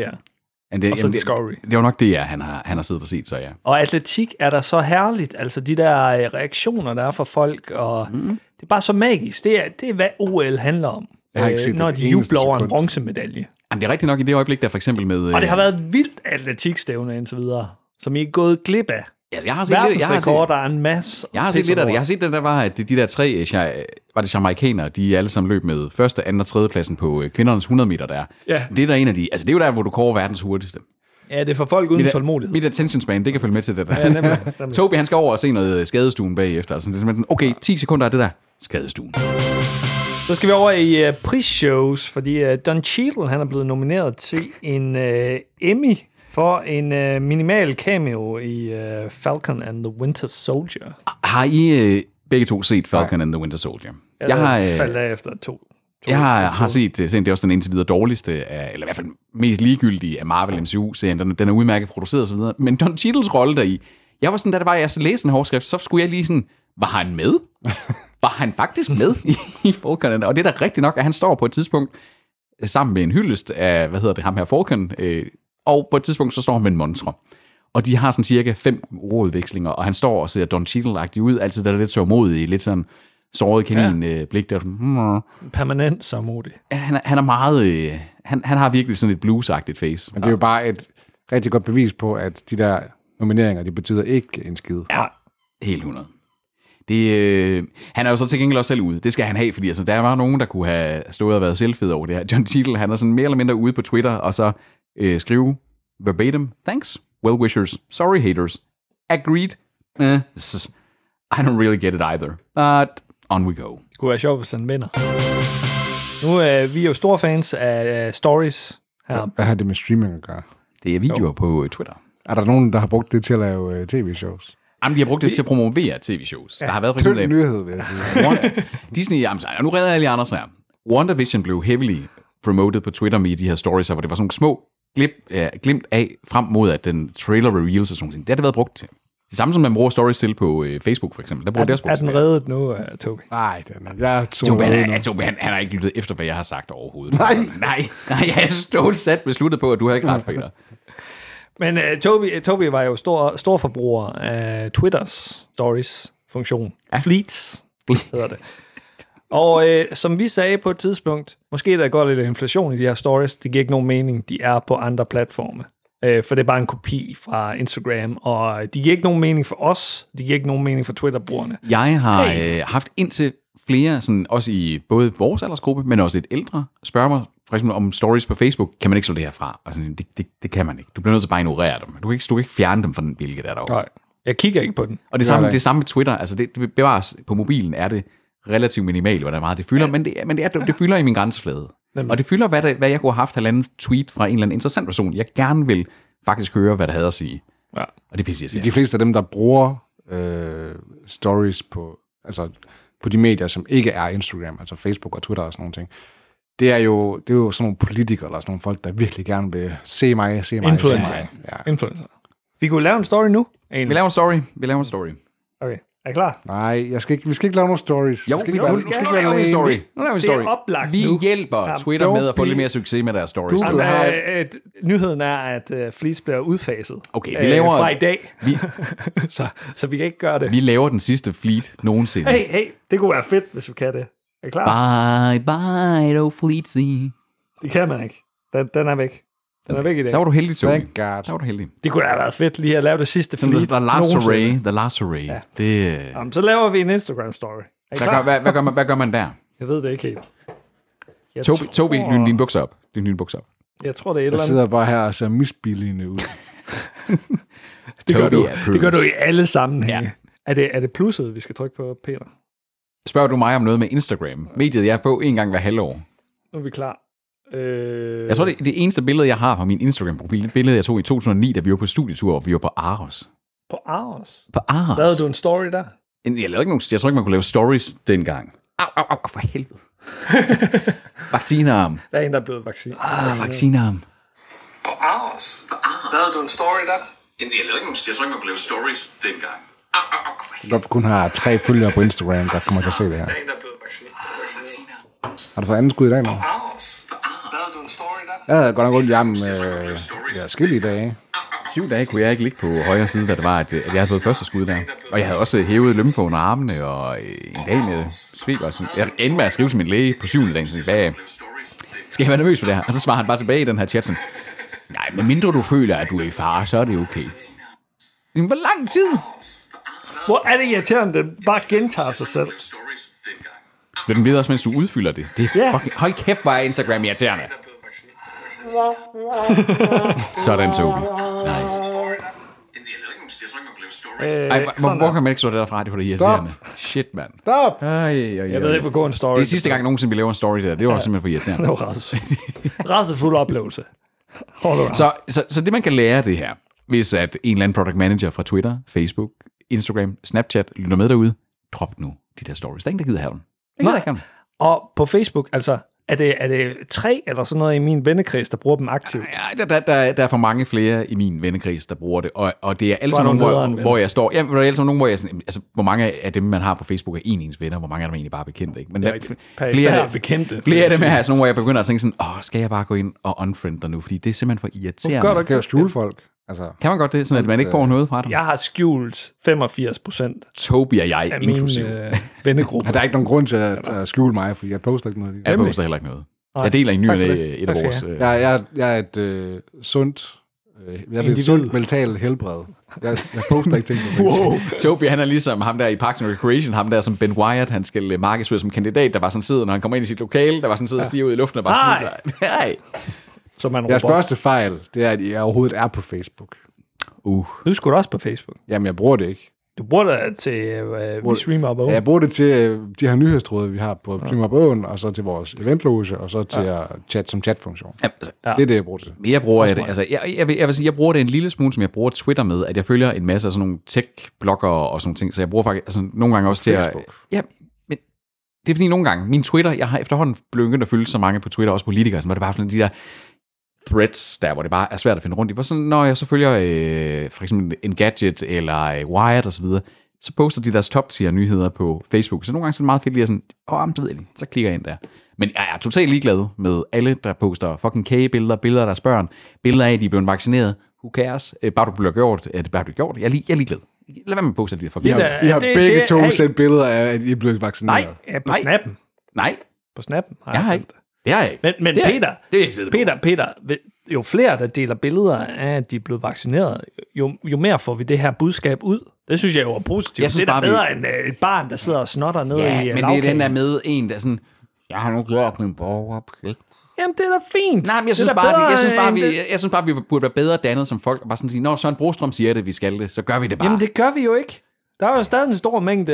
Speaker 2: Men det,
Speaker 1: og så
Speaker 2: jamen,
Speaker 1: Discovery.
Speaker 2: Det, det var nok det, ja, han har, han har siddet og set, så ja.
Speaker 1: Og atletik er der så herligt. Altså de der øh, reaktioner, der er fra folk. Og mm.
Speaker 2: Mhm.
Speaker 1: Det er bare så magisk. Det er, det er hvad OL handler om.
Speaker 3: Jeg har ikke
Speaker 1: Øh,
Speaker 3: set
Speaker 1: når
Speaker 3: det
Speaker 1: de
Speaker 3: eneste
Speaker 1: jubler over en
Speaker 3: sekund.
Speaker 1: bronzemedalje.
Speaker 2: Jamen, det er rigtigt nok i det øjeblik, der for eksempel med... øh,
Speaker 1: Og det har været vildt atletikstævne indtil videre, som I er gået glip af.
Speaker 2: altså, jeg har set lidt, jeg har set,
Speaker 1: Verdensrekord, der er en masse.
Speaker 2: jeg har set lidt af det. Jeg har set det, der var, at de de der tre, øh, ja, var det jamaikanere, de alle sammen løb med første, anden og tredje pladsen på øh, kvindernes 100 meter der.
Speaker 1: Ja.
Speaker 2: Det er der en af de, altså det er jo der, hvor du kårer verdens hurtigste.
Speaker 1: Ja, det er for folk uden
Speaker 2: Mit-
Speaker 1: tålmodighed.
Speaker 2: Mit attention span, det kan følge med til det der. Ja,
Speaker 1: nemlig, nemlig.
Speaker 2: Tobi, han skal over og se noget øh, skadestuen bagefter. Altså, det er simpelthen, okay, 10 sekunder af det der. Skadestuen.
Speaker 1: Så skal vi over i uh, prisshows, fordi uh, Don Cheadle han er blevet nomineret til en uh, Emmy for en uh, minimal cameo i uh, Falcon and the Winter Soldier.
Speaker 2: Har I øh, begge to set Falcon and the Winter Soldier? Jeg har,
Speaker 1: Jeg
Speaker 2: øh,
Speaker 1: faldt af efter to. to
Speaker 2: jeg har, har set, øh, set, det er også den indtil videre dårligste, af, eller i hvert fald mest ligegyldige af Marvel MCU-serien. Den, den er udmærket produceret osv. Men Don Cheadles rolle deri, jeg var sådan, da det var, jeg så læste en hårdskrift, så skulle jeg lige sådan, var han med? var han faktisk med i, i Falcon? and- Og det er da rigtigt nok, at han står på et tidspunkt øh, sammen med en hyldest af, hvad hedder det, ham her Falcon, øh, og på et tidspunkt, så står han med en montre. Og de har sådan cirka fem ordudvekslinger, og han står og ser Don Cheadle-agtig ud, altid der er lidt tørmodig, lidt sådan såret kanin-blik, ja. der er sådan, "Hmm."
Speaker 1: Permanent samodig.
Speaker 2: Ja, han, er, han er meget... Øh, han, han har virkelig sådan et bluesagtigt face.
Speaker 3: Men det er jo bare et rigtig godt bevis på, at de der nomineringer, de betyder ikke en skid.
Speaker 2: Ja, helt 100. Det, øh, han er jo så til gengæld også selv ude. Det skal han have, fordi altså, der var nogen, der kunne have stået og været selvfed over det her. John Cheadle, han er sådan mere eller mindre ude på Twitter, og så øh, skrive verbatim, thanks, well wishers, sorry haters, agreed, eh, s- I don't really get it either, but on we go.
Speaker 1: Det kunne være sjovt, hvis han vinder. Nu er øh, vi er jo store fans af øh, stories her.
Speaker 3: Hvad har det med streaming at gøre?
Speaker 2: Det er videoer jo. på øh, Twitter.
Speaker 3: Er der nogen, der har brugt det til at lave øh, tv-shows?
Speaker 2: Jamen, de har brugt det til at promovere tv-shows. Ja, der har været for
Speaker 3: Tynd
Speaker 2: eksempel...
Speaker 3: nyhed, vil jeg sige.
Speaker 2: Wanda, Disney, jamen, så- nu redder jeg lige Anders her. WandaVision blev heavily promoted på Twitter med i de her stories, her, hvor det var sådan nogle små glip, ja, glimt af frem mod, at den trailer reveals og sådan noget. Det har det været brugt til. Det samme som man bruger stories til på øh, Facebook, for eksempel. Der bruger det også
Speaker 1: Er
Speaker 2: brugt til.
Speaker 1: den reddet nu, uh, Tobi?
Speaker 3: Nej, den er, jeg er
Speaker 2: Tobi,
Speaker 3: super
Speaker 2: han, han, Tobi, han, han har ikke lyttet efter, hvad jeg har sagt overhovedet. Nej. Nej, nej jeg er stålet sat besluttet på, at du har ikke ret, Peter.
Speaker 1: Men uh, Tobi, Tobi var jo stor, stor forbruger af Twitters stories-funktion. Ja. Fleets hedder det. Og øh, som vi sagde på et tidspunkt, måske der går lidt inflation i de her stories, det giver ikke nogen mening, de er på andre platforme. Øh, for det er bare en kopi fra Instagram, og øh, de giver ikke nogen mening for os, de giver ikke nogen mening for Twitter-brugerne.
Speaker 2: Jeg har øh, haft indtil flere, sådan, også i både vores aldersgruppe, men også lidt ældre, spørger mig for eksempel om stories på Facebook, kan man ikke slå det her fra? Og sådan, det, det, det kan man ikke. Du bliver nødt til bare at ignorere dem. Du kan ikke, du kan ikke fjerne dem fra den billede, der er derovre.
Speaker 1: Nej, jeg kigger ikke på den.
Speaker 2: Og det samme,
Speaker 3: Nej.
Speaker 2: det samme med Twitter. Altså det, det bevares på mobilen, er det relativt minimalt, hvordan meget det fylder, men, det, er- men det, er, det fylder i min grænseflade.
Speaker 1: Nemlig.
Speaker 2: Og det fylder, hvad, der, hvad jeg kunne have haft halvanden tweet fra en eller anden interessant person, jeg gerne vil faktisk høre, hvad der havde at sige.
Speaker 1: Ja.
Speaker 2: Og det pisser jeg
Speaker 3: De fleste af dem, der bruger øh, stories på, altså, på de medier, som ikke er Instagram, altså Facebook og Twitter og sådan nogle ting, det er jo, det er jo sådan nogle politikere eller sådan nogle folk, der virkelig gerne vil se mig, se mig,
Speaker 1: Influencer.
Speaker 3: se mig. Ja.
Speaker 1: Influencer. Vi kunne lave en story nu, egentlig.
Speaker 2: Vi laver en story. Vi laver en story.
Speaker 1: Okay, er I klar?
Speaker 3: Nej, jeg skal ikke, vi skal ikke lave nogle stories.
Speaker 2: Jo,
Speaker 3: vi skal
Speaker 2: vi
Speaker 3: ikke være,
Speaker 2: nu,
Speaker 3: vi skal
Speaker 2: nu,
Speaker 3: ikke være
Speaker 2: laver vi en
Speaker 3: alene.
Speaker 2: story. Nu laver vi en
Speaker 1: Det er
Speaker 2: story.
Speaker 1: oplagt
Speaker 2: vi
Speaker 1: nu.
Speaker 2: hjælper Twitter
Speaker 3: don't
Speaker 2: med at få
Speaker 3: be-
Speaker 2: lidt mere succes med deres stories.
Speaker 3: Du-
Speaker 1: Jamen,
Speaker 3: har-
Speaker 1: øh, øh, nyheden er, at øh, Fleece bliver udfaset
Speaker 2: Okay, vi
Speaker 1: øh,
Speaker 2: laver-
Speaker 1: fra i dag,
Speaker 2: Vi,
Speaker 1: så, så vi kan ikke gøre det.
Speaker 2: vi laver den sidste fleet nogensinde.
Speaker 1: Hey, hey, det kunne være fedt, hvis vi kan det. Er I klar?
Speaker 2: Bye, bye, oh fleetsy.
Speaker 1: Det kan man ikke. Den, den er væk. Den er væk i dag.
Speaker 2: Der var du heldig, Tony.
Speaker 3: Thank God.
Speaker 2: Der var du heldig.
Speaker 1: Det kunne da have været fedt lige at lave det sidste
Speaker 2: Sådan,
Speaker 1: fleet
Speaker 2: the, the last
Speaker 1: nogensinde.
Speaker 2: array. The last array. Ja. Det,
Speaker 1: Jamen, så laver vi en Instagram-story. Er I
Speaker 2: hvad, gør,
Speaker 1: klar?
Speaker 2: hvad, hvad, gør man, hvad gør man der?
Speaker 1: Jeg ved det ikke helt. Jeg
Speaker 2: Tobi,
Speaker 1: tror-
Speaker 2: Tobi lyn dine bukser op. Lyn dine bukser op.
Speaker 1: Jeg tror, det er et
Speaker 3: Jeg
Speaker 1: eller andet.
Speaker 3: sidder bare her og ser misbilligende ud.
Speaker 1: Det gør,
Speaker 2: Toby
Speaker 1: du,
Speaker 2: approves.
Speaker 1: det gør du i alle sammenhænge. Ja. Er, det, er det plusset, vi skal trykke på, Peter?
Speaker 2: Spørger du mig om noget med Instagram? Mediet, jeg er på en gang hver halvår.
Speaker 1: Nu er vi klar. Øh,
Speaker 2: Jeg tror, det, det eneste billede, jeg har på min Instagram-profil, det er et billede, jeg tog i 2009, da vi var på studietur, og vi var på Aros.
Speaker 1: På Aros.
Speaker 2: På Aros?
Speaker 1: Lavede du en story der?
Speaker 2: En- Jeg, lavede ikke nogen, jeg tror ikke, man kunne lave stories dengang. Au, au, au, for helvede. vaccinearm.
Speaker 1: Der er en, der er blevet vaccin.
Speaker 2: Ah, vaccinearm.
Speaker 4: På Aros? På Aros? Lavede du en story der?
Speaker 2: Jeg, lavede ikke nogen, jeg tror ikke, man kunne lave stories dengang. Au, au, au, for helvede.
Speaker 3: Godt, vi kun har tre følgere på Instagram, der kommer til at se det her.
Speaker 4: En, der er blevet vaccineret.
Speaker 3: Har du fået anden skud i dag nu?
Speaker 4: Aros? På Aros? Lavede du en story der?
Speaker 3: Jeg havde godt nok rundt i armen øh, ja, skille i dag.
Speaker 2: Syv dage kunne jeg ikke ligge på højre side, hvad det var, at, at jeg havde fået første skud der. Og jeg havde også hævet lømpe under armene, og øh, en dag med feber. og sådan. Jeg endte med at skrive til min læge på syvende dagen, sådan, hvad, skal jeg være nervøs for det her? Og så svarer han bare tilbage i den her chat, sådan, nej, men mindre du føler, at du er i fare, så er det okay. Men hvor lang tid?
Speaker 1: Hvor er det irriterende, at den bare gentager sig selv.
Speaker 2: Men den ved også, mens du udfylder det. Det er fucking... Hold kæft, hvor er Instagram irriterende. Sådan, Tobi.
Speaker 1: Øh,
Speaker 2: Ej, hvor,
Speaker 1: sådan
Speaker 2: hvor
Speaker 1: der.
Speaker 2: kan man ikke slå det der fra? Det var det irriterende. Shit, mand.
Speaker 3: Stop!
Speaker 2: Ej, ej, ej,
Speaker 1: Jeg ved ikke, hvor god en story.
Speaker 2: Det er sidste gang nogensinde, vi laver en story der. Det var ja. simpelthen for irriterende.
Speaker 1: Det var rædsel. Rædselfuld oplevelse. Hold on.
Speaker 2: Så, så, så det, man kan lære af det her, hvis at en eller anden product manager fra Twitter, Facebook, Instagram, Snapchat lytter med derude, drop nu de der stories. Der er ingen, der gider have dem. Der er Ingen, der
Speaker 1: Nej.
Speaker 2: ikke have dem.
Speaker 1: Og på Facebook, altså, er det, er det tre eller sådan noget i min vennekreds, der bruger dem aktivt?
Speaker 2: Ja, der, der, der, der er for mange flere i min vennekreds, der bruger det, og, og det er alle
Speaker 1: Hvor er
Speaker 2: sammen
Speaker 1: nogle
Speaker 2: nogen,
Speaker 1: nederen
Speaker 2: hvor,
Speaker 1: venner?
Speaker 2: hvor jeg står... Jamen, der er alle sammen nogen, hvor jeg sådan, altså, hvor mange af dem, man har på Facebook, er egentlig ens venner, hvor mange af dem er egentlig bare bekendte, ikke? Men der,
Speaker 1: rigtigt. Per-
Speaker 2: flere,
Speaker 1: per bekendte, vil
Speaker 2: flere
Speaker 1: jeg
Speaker 2: af dem
Speaker 1: sige.
Speaker 2: her er sådan nogle, hvor jeg begynder at tænke sådan, åh, skal jeg bare gå ind og unfriend dig nu, fordi det er simpelthen for irriterende.
Speaker 1: Gør du
Speaker 3: Du
Speaker 1: ikke?
Speaker 3: kan jo skjule folk. Altså,
Speaker 2: Kan man godt det, sådan at man ikke får noget fra dem? Ja.
Speaker 1: Jeg har skjult 85 procent
Speaker 2: Tobi og jeg
Speaker 1: af
Speaker 2: inklusiv.
Speaker 1: min øh, vennegruppe.
Speaker 3: ja, der er ikke nogen grund til at, at skjule mig, fordi jeg poster ikke noget.
Speaker 2: Jeg poster heller ikke noget.
Speaker 1: Nej.
Speaker 2: Jeg deler i ny
Speaker 1: Tak
Speaker 2: og
Speaker 1: for
Speaker 2: næ
Speaker 1: det.
Speaker 2: et af
Speaker 1: Tak skal
Speaker 2: vores...
Speaker 1: jeg
Speaker 2: øh,
Speaker 3: Jeg, jeg, jeg er et øh, sundt, øh, jeg er et
Speaker 1: Individ.
Speaker 3: sundt mentalt helbred. Jeg, jeg poster ikke ting på Facebook.
Speaker 1: Wow.
Speaker 2: Tobi, han er ligesom ham der i Parks and Recreation, ham der som Ben Wyatt, han skal øh, markedsføre som kandidat, der var sådan sidder, når han kommer ind i sit lokale, der var sådan sidder og stiger ud i luften og bare
Speaker 1: Nej.
Speaker 2: sådan Nej.
Speaker 1: Så man
Speaker 3: Jeres
Speaker 1: råber,
Speaker 3: første fejl, det er, at jeg overhovedet er på Facebook.
Speaker 2: Uh,
Speaker 1: du skulle også på Facebook.
Speaker 3: Jamen, jeg bruger det ikke.
Speaker 1: Du bruger det til, øh, vi streamer op og
Speaker 3: Jeg bruger det til øh, de her nyhedstråde, vi har på Prima Bøgen, og så til vores eventloge, og så til at chat som chatfunktion.
Speaker 2: altså,
Speaker 3: Det er det, jeg bruger det til.
Speaker 2: mere bruger jeg det. Altså, jeg, jeg, vil, jeg vil sige, jeg bruger det en lille smule, som jeg bruger Twitter med, at jeg følger en masse af sådan nogle tech-bloggere og sådan nogle ting, så jeg bruger faktisk altså, nogle gange også til at...
Speaker 3: Facebook.
Speaker 2: Ja, men det er fordi nogle gange, min Twitter, jeg har efterhånden begyndt at følge så mange på Twitter, også politikere, så var det bare sådan de der threads der, hvor det bare er svært at finde rundt i. Hvor sådan, når jeg så følger øh, for eksempel Engadget eller øh, Wired osv., så poster de deres top tier nyheder på Facebook. Så nogle gange så er det meget fedt lige at sådan, åh, oh, så ved jeg lige. så klikker jeg ind der. Men jeg er totalt ligeglad med alle, der poster fucking kagebilleder, billeder af deres børn, billeder af, at de er blevet vaccineret. Who cares? Øh, bare du bliver gjort, øh, bare du bliver gjort. Jeg er, lige, jeg er ligeglad. Lad være med at poste de der fucking
Speaker 3: I har, I har
Speaker 1: det-
Speaker 3: begge
Speaker 1: det-
Speaker 3: to
Speaker 1: hey.
Speaker 3: sendt billeder af, at I er blevet vaccineret.
Speaker 2: Nej,
Speaker 1: Ja, på
Speaker 2: Nej.
Speaker 1: snappen.
Speaker 2: nej,
Speaker 1: På snappen har jeg,
Speaker 2: jeg har
Speaker 1: sendt
Speaker 2: ikke.
Speaker 1: det.
Speaker 2: Det har jeg ikke.
Speaker 1: Men, men
Speaker 2: det er-
Speaker 1: Peter,
Speaker 2: det er ikke siddet på.
Speaker 1: Peter, Peter, ved- jo flere, der deler billeder af, at de er blevet vaccineret, jo, jo mere får vi det her budskab ud. Det synes jeg jo er positivt.
Speaker 2: Jeg synes
Speaker 1: det er da bedre
Speaker 2: bare,
Speaker 1: end øh, et barn, der sidder og snotter ned
Speaker 2: Ja,
Speaker 1: i øh,
Speaker 2: men det er
Speaker 1: lagkagen.
Speaker 2: den der med en, der sådan, jeg har nu gjort min borgerpligt.
Speaker 1: Jamen, det er da fint.
Speaker 2: Nej, men jeg
Speaker 1: Det er
Speaker 2: synes,
Speaker 1: da
Speaker 2: bare,
Speaker 1: bedre
Speaker 2: vi, jeg, synes bare,
Speaker 1: end
Speaker 2: vi,
Speaker 1: det-
Speaker 2: jeg synes bare, vi burde være bedre dannet som folk, og bare sådan sige, når Søren Brostrøm siger det, vi skal det, så gør vi det bare.
Speaker 1: Jamen, det gør vi jo ikke. Der er jo stadig en stor mængde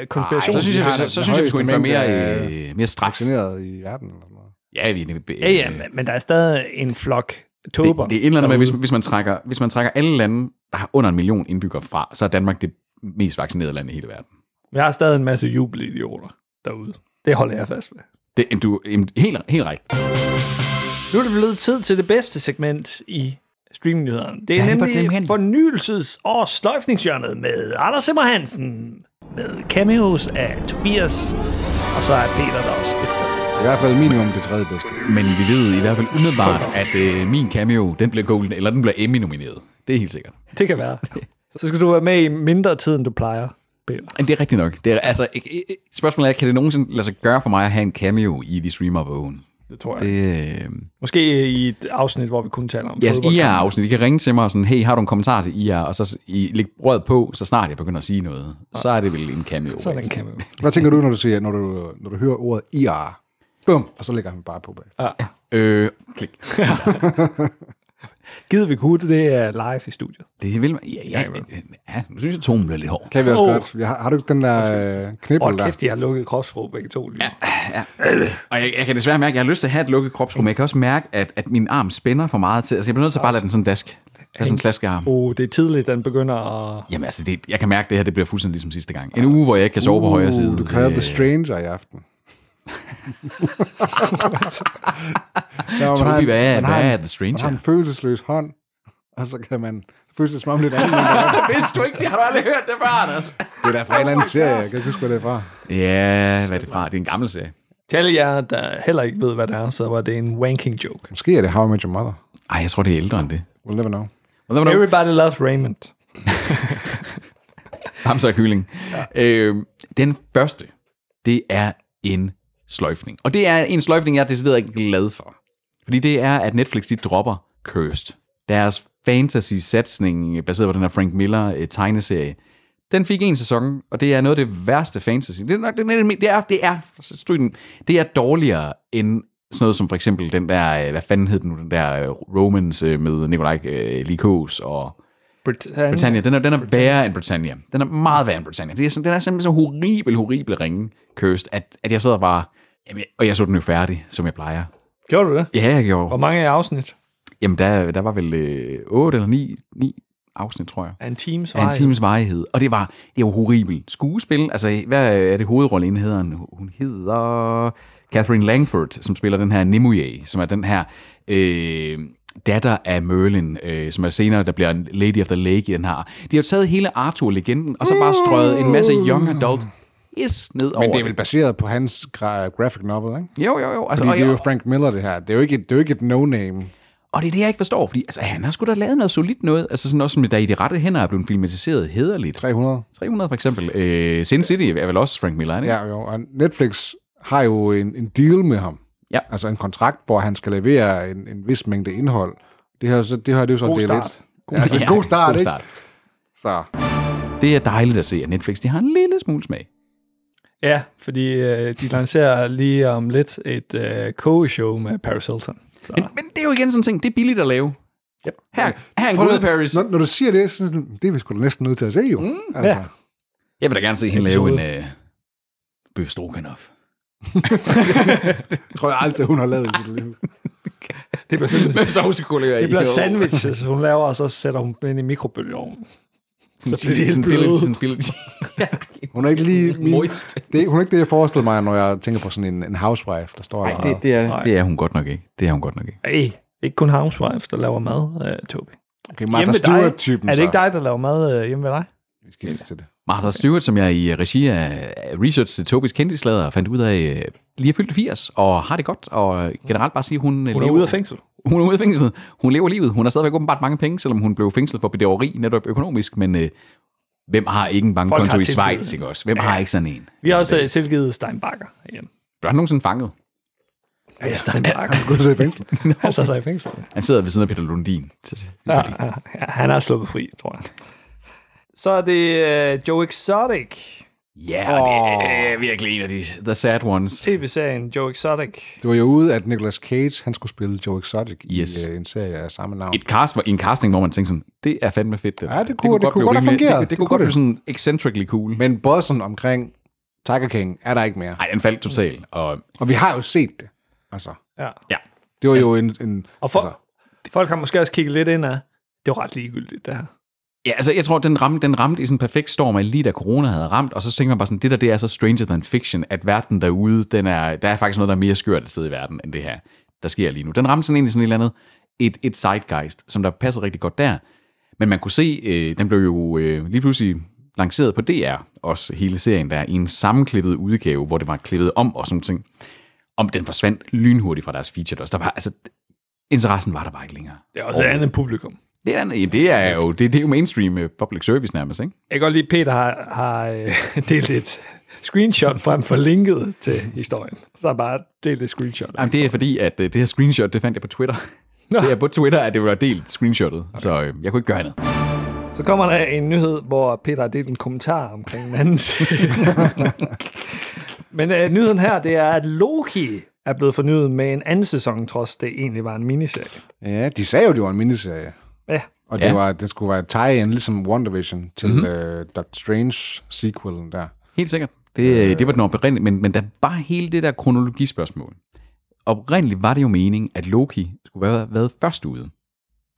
Speaker 1: øh, konspiration.
Speaker 2: så synes jeg,
Speaker 3: Vi har
Speaker 2: så,
Speaker 3: den
Speaker 2: så synes jeg, vi skulle indføre mere,
Speaker 3: højeste mængde
Speaker 2: øh, mere straf.
Speaker 3: Vaccineret i verden. Eller sådan noget.
Speaker 2: Ja, vi er det,
Speaker 1: Ja, ja, men- men der er stadig en flok tåber.
Speaker 2: det, det er et eller andet med, hvis,
Speaker 1: derude.
Speaker 2: hvis, man trækker, hvis man trækker alle lande, der har under en million indbyggere fra, så er Danmark det mest vaccinerede land i hele verden.
Speaker 1: Vi har stadig en masse jubelidioter derude. Det holder jeg fast ved.
Speaker 2: Det, du, jamen, helt, helt rigtigt.
Speaker 1: Nu er det blevet tid til det bedste segment i streamingnyhederne. Det er
Speaker 2: Ja, det var
Speaker 1: nemlig
Speaker 2: simpelthen-
Speaker 1: fornyelses- og sløjfningsjørnet med Anders Simmer Hansen, med cameos af Tobias, og så er Peter der også et sted.
Speaker 3: Det er I hvert fald minimum det tredje bedste.
Speaker 2: Men vi ved i hvert fald umiddelbart, at øh, min cameo, den bliver golden, eller den bliver Emmy-nomineret. Det er helt sikkert.
Speaker 1: Det kan være. Så skal du være med i mindre tid, end du plejer, Peter.
Speaker 2: Jamen, det er rigtigt nok. Det er, altså, ikke- ikke- spørgsmålet er, kan det nogensinde lade sig gøre for mig at have en cameo i de streamer på åen?
Speaker 1: det tror jeg. Det...
Speaker 2: Det, øh,
Speaker 1: Måske i et afsnit, hvor vi kun taler om
Speaker 2: jeres
Speaker 1: fodboldkampe.
Speaker 2: IR-afsnit, altså, I kan ringe til mig og sådan, hey, har du en kommentar til IR? Og så s- I læg brød på, så snart jeg begynder at sige noget. Så er det vel en cameo.
Speaker 1: Sådan
Speaker 2: ikke?
Speaker 1: kan man.
Speaker 3: Hvad tænker du, når du, siger, når du, når du hører ordet IR? Bum, og så lægger han bare på bag.
Speaker 2: Øh, klik.
Speaker 1: Givet vi kunne, det er live i studiet.
Speaker 2: Det vil man. Ja, ja, ja, ja, nu synes jeg, tonen bliver lidt hård.
Speaker 3: Kan vi også
Speaker 1: Åh.
Speaker 3: oh. godt? Vi har, har du ikke den der øh,
Speaker 1: Åh,
Speaker 3: knibbel
Speaker 1: oh,
Speaker 3: der?
Speaker 1: kæft, de har lukket kropsprog begge to lige. Ja.
Speaker 2: Og jeg, jeg kan desværre mærke, at jeg har lyst til at have et lukket kropsrum, men jeg kan også mærke, at, at min arm spænder for meget til. Altså, jeg bliver nødt til at bare lade den sådan dask. Have sådan en slaskearm.
Speaker 1: Oh, det er tidligt, den begynder at...
Speaker 2: Jamen altså, det, jeg kan mærke, at det her det bliver fuldstændig ligesom sidste gang. En uge, hvor jeg ikke kan sove på højre side.
Speaker 3: Uh,
Speaker 2: Øh,
Speaker 3: Du kører The Stranger i aften. ja, man,
Speaker 2: Tobi,
Speaker 3: en-
Speaker 2: hvad er,
Speaker 3: man,
Speaker 2: hvad
Speaker 3: har
Speaker 2: er The
Speaker 3: en, man har
Speaker 2: Stranger?
Speaker 3: en følelsesløs hånd, og så kan man føle sig som om lidt andet.
Speaker 2: Vidste du ikke det? Har du aldrig hørt det før, Anders?
Speaker 3: Det er da fra en eller anden serie, jeg kan ikke huske, hvor det er fra.
Speaker 2: Ja, hvad er det fra? Det er en gammel serie.
Speaker 1: Til alle jer, der heller ikke ved, hvad det er, så var det en wanking joke.
Speaker 3: Måske er det How I Met Your Mother.
Speaker 2: Ej, jeg tror, det er ældre end det.
Speaker 3: We'll never know.
Speaker 2: Hvordan var det?
Speaker 1: Everybody loves Raymond.
Speaker 2: Bamser og kylling. Ja. Øh, den første, det er en sløjfning. Og det er en sløjfning, jeg er decideret ikke glad for. Fordi det er, at Netflix de dropper Cursed. Deres fantasy-satsning, baseret på den her Frank Miller-tegneserie, den fik en sæson, og det er noget af det værste fantasy. Det er, nok, det er, det er, det er, stryg den. det er dårligere end sådan noget som for eksempel den der, øh, hvad fanden hed den nu, den der øh, Romans øh, med Nikolaj øh, Likos og
Speaker 1: Britannia.
Speaker 2: Britannia, den er, den er værre end Britannia. Den er meget værre end Britannia. Det er, sådan- den er simpelthen så horribel, horribel ringe, Cursed, at, at jeg sad og bare... Jamen, jeg- og jeg så den jo færdig, som jeg plejer.
Speaker 1: Gjorde du det?
Speaker 2: Ja, jeg
Speaker 1: Hvor
Speaker 2: gjorde.
Speaker 1: mange er afsnit?
Speaker 2: Jamen, der, der var vel øh, 8 eller 9, 9 afsnit, tror jeg.
Speaker 1: Af en times
Speaker 2: Af en
Speaker 1: vej.
Speaker 2: times varighed. Og det var, det var horribelt. Skuespil, altså hvad er det hovedrollen hedder? Hun hedder Catherine Langford, som spiller den her Nimue, som er den her øh, datter af Merlin, øh, som er senere, der bliver en Lady of the Lake i den her. De har jo taget hele Arthur-legenden, og så bare strøget en masse young adult is ned over
Speaker 3: Men det er
Speaker 2: det.
Speaker 3: vel baseret på hans gra- graphic novel, ikke?
Speaker 2: Jo, jo, jo. Altså,
Speaker 3: Fordi
Speaker 2: og,
Speaker 3: det er jo
Speaker 2: jeg,
Speaker 3: Frank Miller, det her. Det er jo ikke, det er jo ikke et no-name.
Speaker 2: og det er det, jeg ikke forstår, fordi altså, han har sgu da lavet noget solidt noget. Altså sådan også, som der i de rette hænder er blevet filmatiseret hederligt.
Speaker 3: 300.
Speaker 2: 300 for eksempel. Øh, Sin City er vel også Frank Miller, er det ikke?
Speaker 3: Ja, jo. Og Netflix har jo en, en deal med ham.
Speaker 2: Ja.
Speaker 3: Altså en kontrakt, hvor han skal levere en, en vis mængde indhold. Det her, så, det her det er jo så
Speaker 1: God
Speaker 3: det er
Speaker 1: start.
Speaker 3: lidt. God, altså, en god start,
Speaker 2: god
Speaker 3: ikke?
Speaker 2: start.
Speaker 3: Så.
Speaker 2: Det er dejligt at se, at Netflix de har en lille smule smag.
Speaker 1: Ja, fordi øh, de lancerer lige om lidt et øh, kogeshow med Paris Hilton. Så.
Speaker 2: Men, men det er jo igen sådan en ting, det er billigt at lave.
Speaker 1: Yep.
Speaker 2: Her, her er en
Speaker 3: Prøv
Speaker 2: god
Speaker 3: at-
Speaker 2: Paris.
Speaker 3: Når, når du siger det, så er det sådan, det er vi sgu da næsten nødt til at se, jo. Mm, altså,
Speaker 1: ja.
Speaker 2: Jeg vil da gerne se hende lave en øh, Bøf Stroganoff.
Speaker 3: Det tror jeg aldrig, hun har lavet i sit liv.
Speaker 1: Det bliver, sådan,
Speaker 2: Med sovsekolleger i.
Speaker 1: det bliver
Speaker 2: Jo.
Speaker 1: sandwiches, hun laver, og så sætter hun dem ind i mikrobølgeovnen.
Speaker 2: Sådan
Speaker 1: Så bliver de helt
Speaker 2: sådan fil-
Speaker 1: bløde.
Speaker 2: sådan fil- Ja,
Speaker 3: Hun er ikke lige min,
Speaker 2: Moist.
Speaker 3: det, hun er ikke det, jeg forestiller mig, når jeg tænker på sådan en, en housewife, der står
Speaker 2: Nej,
Speaker 3: der.
Speaker 2: det, det, er,
Speaker 1: Nej.
Speaker 2: det er hun godt nok ikke. Det er hun godt nok ikke.
Speaker 1: Ej, ikke kun housewives, der laver mad, øh, Tobi.
Speaker 3: Okay,
Speaker 1: Hjemme
Speaker 3: Martha
Speaker 1: ved dig.
Speaker 3: Stewart-typen,
Speaker 1: Er det ikke
Speaker 3: så.
Speaker 1: dig, der laver mad øh, hjemme ved dig?
Speaker 3: Vi skal hilse til det.
Speaker 2: Martha Stewart, som jeg i øh, regi af research til Tobis kendtislader fandt ud af, øh, lige er fyldt 80 og har det godt, og øh, generelt bare sige, hun, hun
Speaker 1: Hun er ude af fængsel.
Speaker 2: Hun er ude af fængslet. Hun lever livet. Hun har stadigvæk åbenbart mange penge, selvom hun blev fængslet for bedrageri, netop økonomisk. Men øh, hvem har ikke en
Speaker 1: Folk
Speaker 2: bankkonto
Speaker 1: har
Speaker 2: i
Speaker 1: tilgivet.
Speaker 2: Schweiz, ikke også? Hvem ja. har ikke sådan en?
Speaker 1: Vi har også øh, tilgivet Steinbacher hjem.
Speaker 2: Du har nogensinde fanget.
Speaker 1: Ja, Steinbacher.
Speaker 3: Gå til fængsel.
Speaker 1: Han sad der i fængsel.
Speaker 2: Han sidder ved siden af Peter Lundin. Så det-
Speaker 1: Ja, ja, han er sluppet fri, tror jeg. Så er det øh, Joe Exotic.
Speaker 2: Ja, yeah, oh. det er virkelig en af de the sad ones.
Speaker 1: TV-serien Joe Exotic.
Speaker 3: Det var jo ude, at Nicolas Cage, han skulle spille Joe Exotic
Speaker 2: Yes.
Speaker 3: i øh, en serie af samme navn.
Speaker 2: Et cast, hvor- i en casting, hvor man tænker sådan, det er fandme fedt. Det,
Speaker 3: Ja, det kunne- det kunne godt
Speaker 2: fungeret.
Speaker 3: have fungeret.
Speaker 2: Det, det,
Speaker 3: Det
Speaker 2: kunne
Speaker 3: kunne
Speaker 2: godt blive sådan eccentrically cool. Men,
Speaker 3: Men bossen omkring Tiger King er der ikke mere.
Speaker 2: Ej, den faldt totalt. Og
Speaker 3: Og vi har jo set det. Altså,
Speaker 1: Ja.
Speaker 2: ja,
Speaker 3: det var jo en... en
Speaker 1: Og for,
Speaker 3: altså,
Speaker 1: altså. folk har måske også kigget lidt ind af, det var ret ligegyldigt, det her.
Speaker 2: Ja, altså jeg tror, den ramte, den ramte i sådan en perfekt storm, at lige da corona havde ramt, og så tænkte man bare sådan, det der, det er så stranger than fiction, at verden derude, den er, der er faktisk noget, der er mere skørt et sted i verden, end det her, der sker lige nu. Den ramte sådan egentlig sådan et eller andet, et, et zeitgeist, som der passede rigtig godt der. Men man kunne se, øh, den blev jo øh, lige pludselig lanceret på DR, også hele serien der, i en sammenklippet udgave, hvor det var klippet om og sådan nogle ting. Om den forsvandt lynhurtigt fra deres feature. Der var, altså, interessen var der bare ikke længere.
Speaker 1: Det er også et andet publikum.
Speaker 2: Det er, jamen, det er jo, det, det er jo mainstream øh, public service nærmest, ikke?
Speaker 1: Jeg kan godt lide, at Peter har, har øh, delt et screenshot frem for linket til historien. Så er bare del det screenshot.
Speaker 2: Jamen, det er fordi, at øh, det her screenshot, det fandt jeg på Twitter.
Speaker 1: Nå.
Speaker 2: Det er på Twitter, at det var delt screenshotet, okay. så øh, jeg kunne ikke gøre andet.
Speaker 1: Så kommer der en nyhed, hvor Peter har delt en kommentar omkring en anden serie. Men øh, nyheden her, det er, at Loki er blevet fornyet med en anden sæson, trods det egentlig var en miniserie.
Speaker 3: Ja, de sagde jo, det var en miniserie.
Speaker 1: Ja,
Speaker 3: Og det,
Speaker 2: Ja. Mhm.
Speaker 3: ja. var, det skulle være et tie-in, ligesom WandaVision, til mm-hmm. uh, Doctor Strange-sequelen der.
Speaker 2: Helt sikkert. Det, øh. det var den oprindelige, men, men der var hele det der kronologispørgsmål. Oprindeligt var det jo meningen, at Loki skulle have været først ude.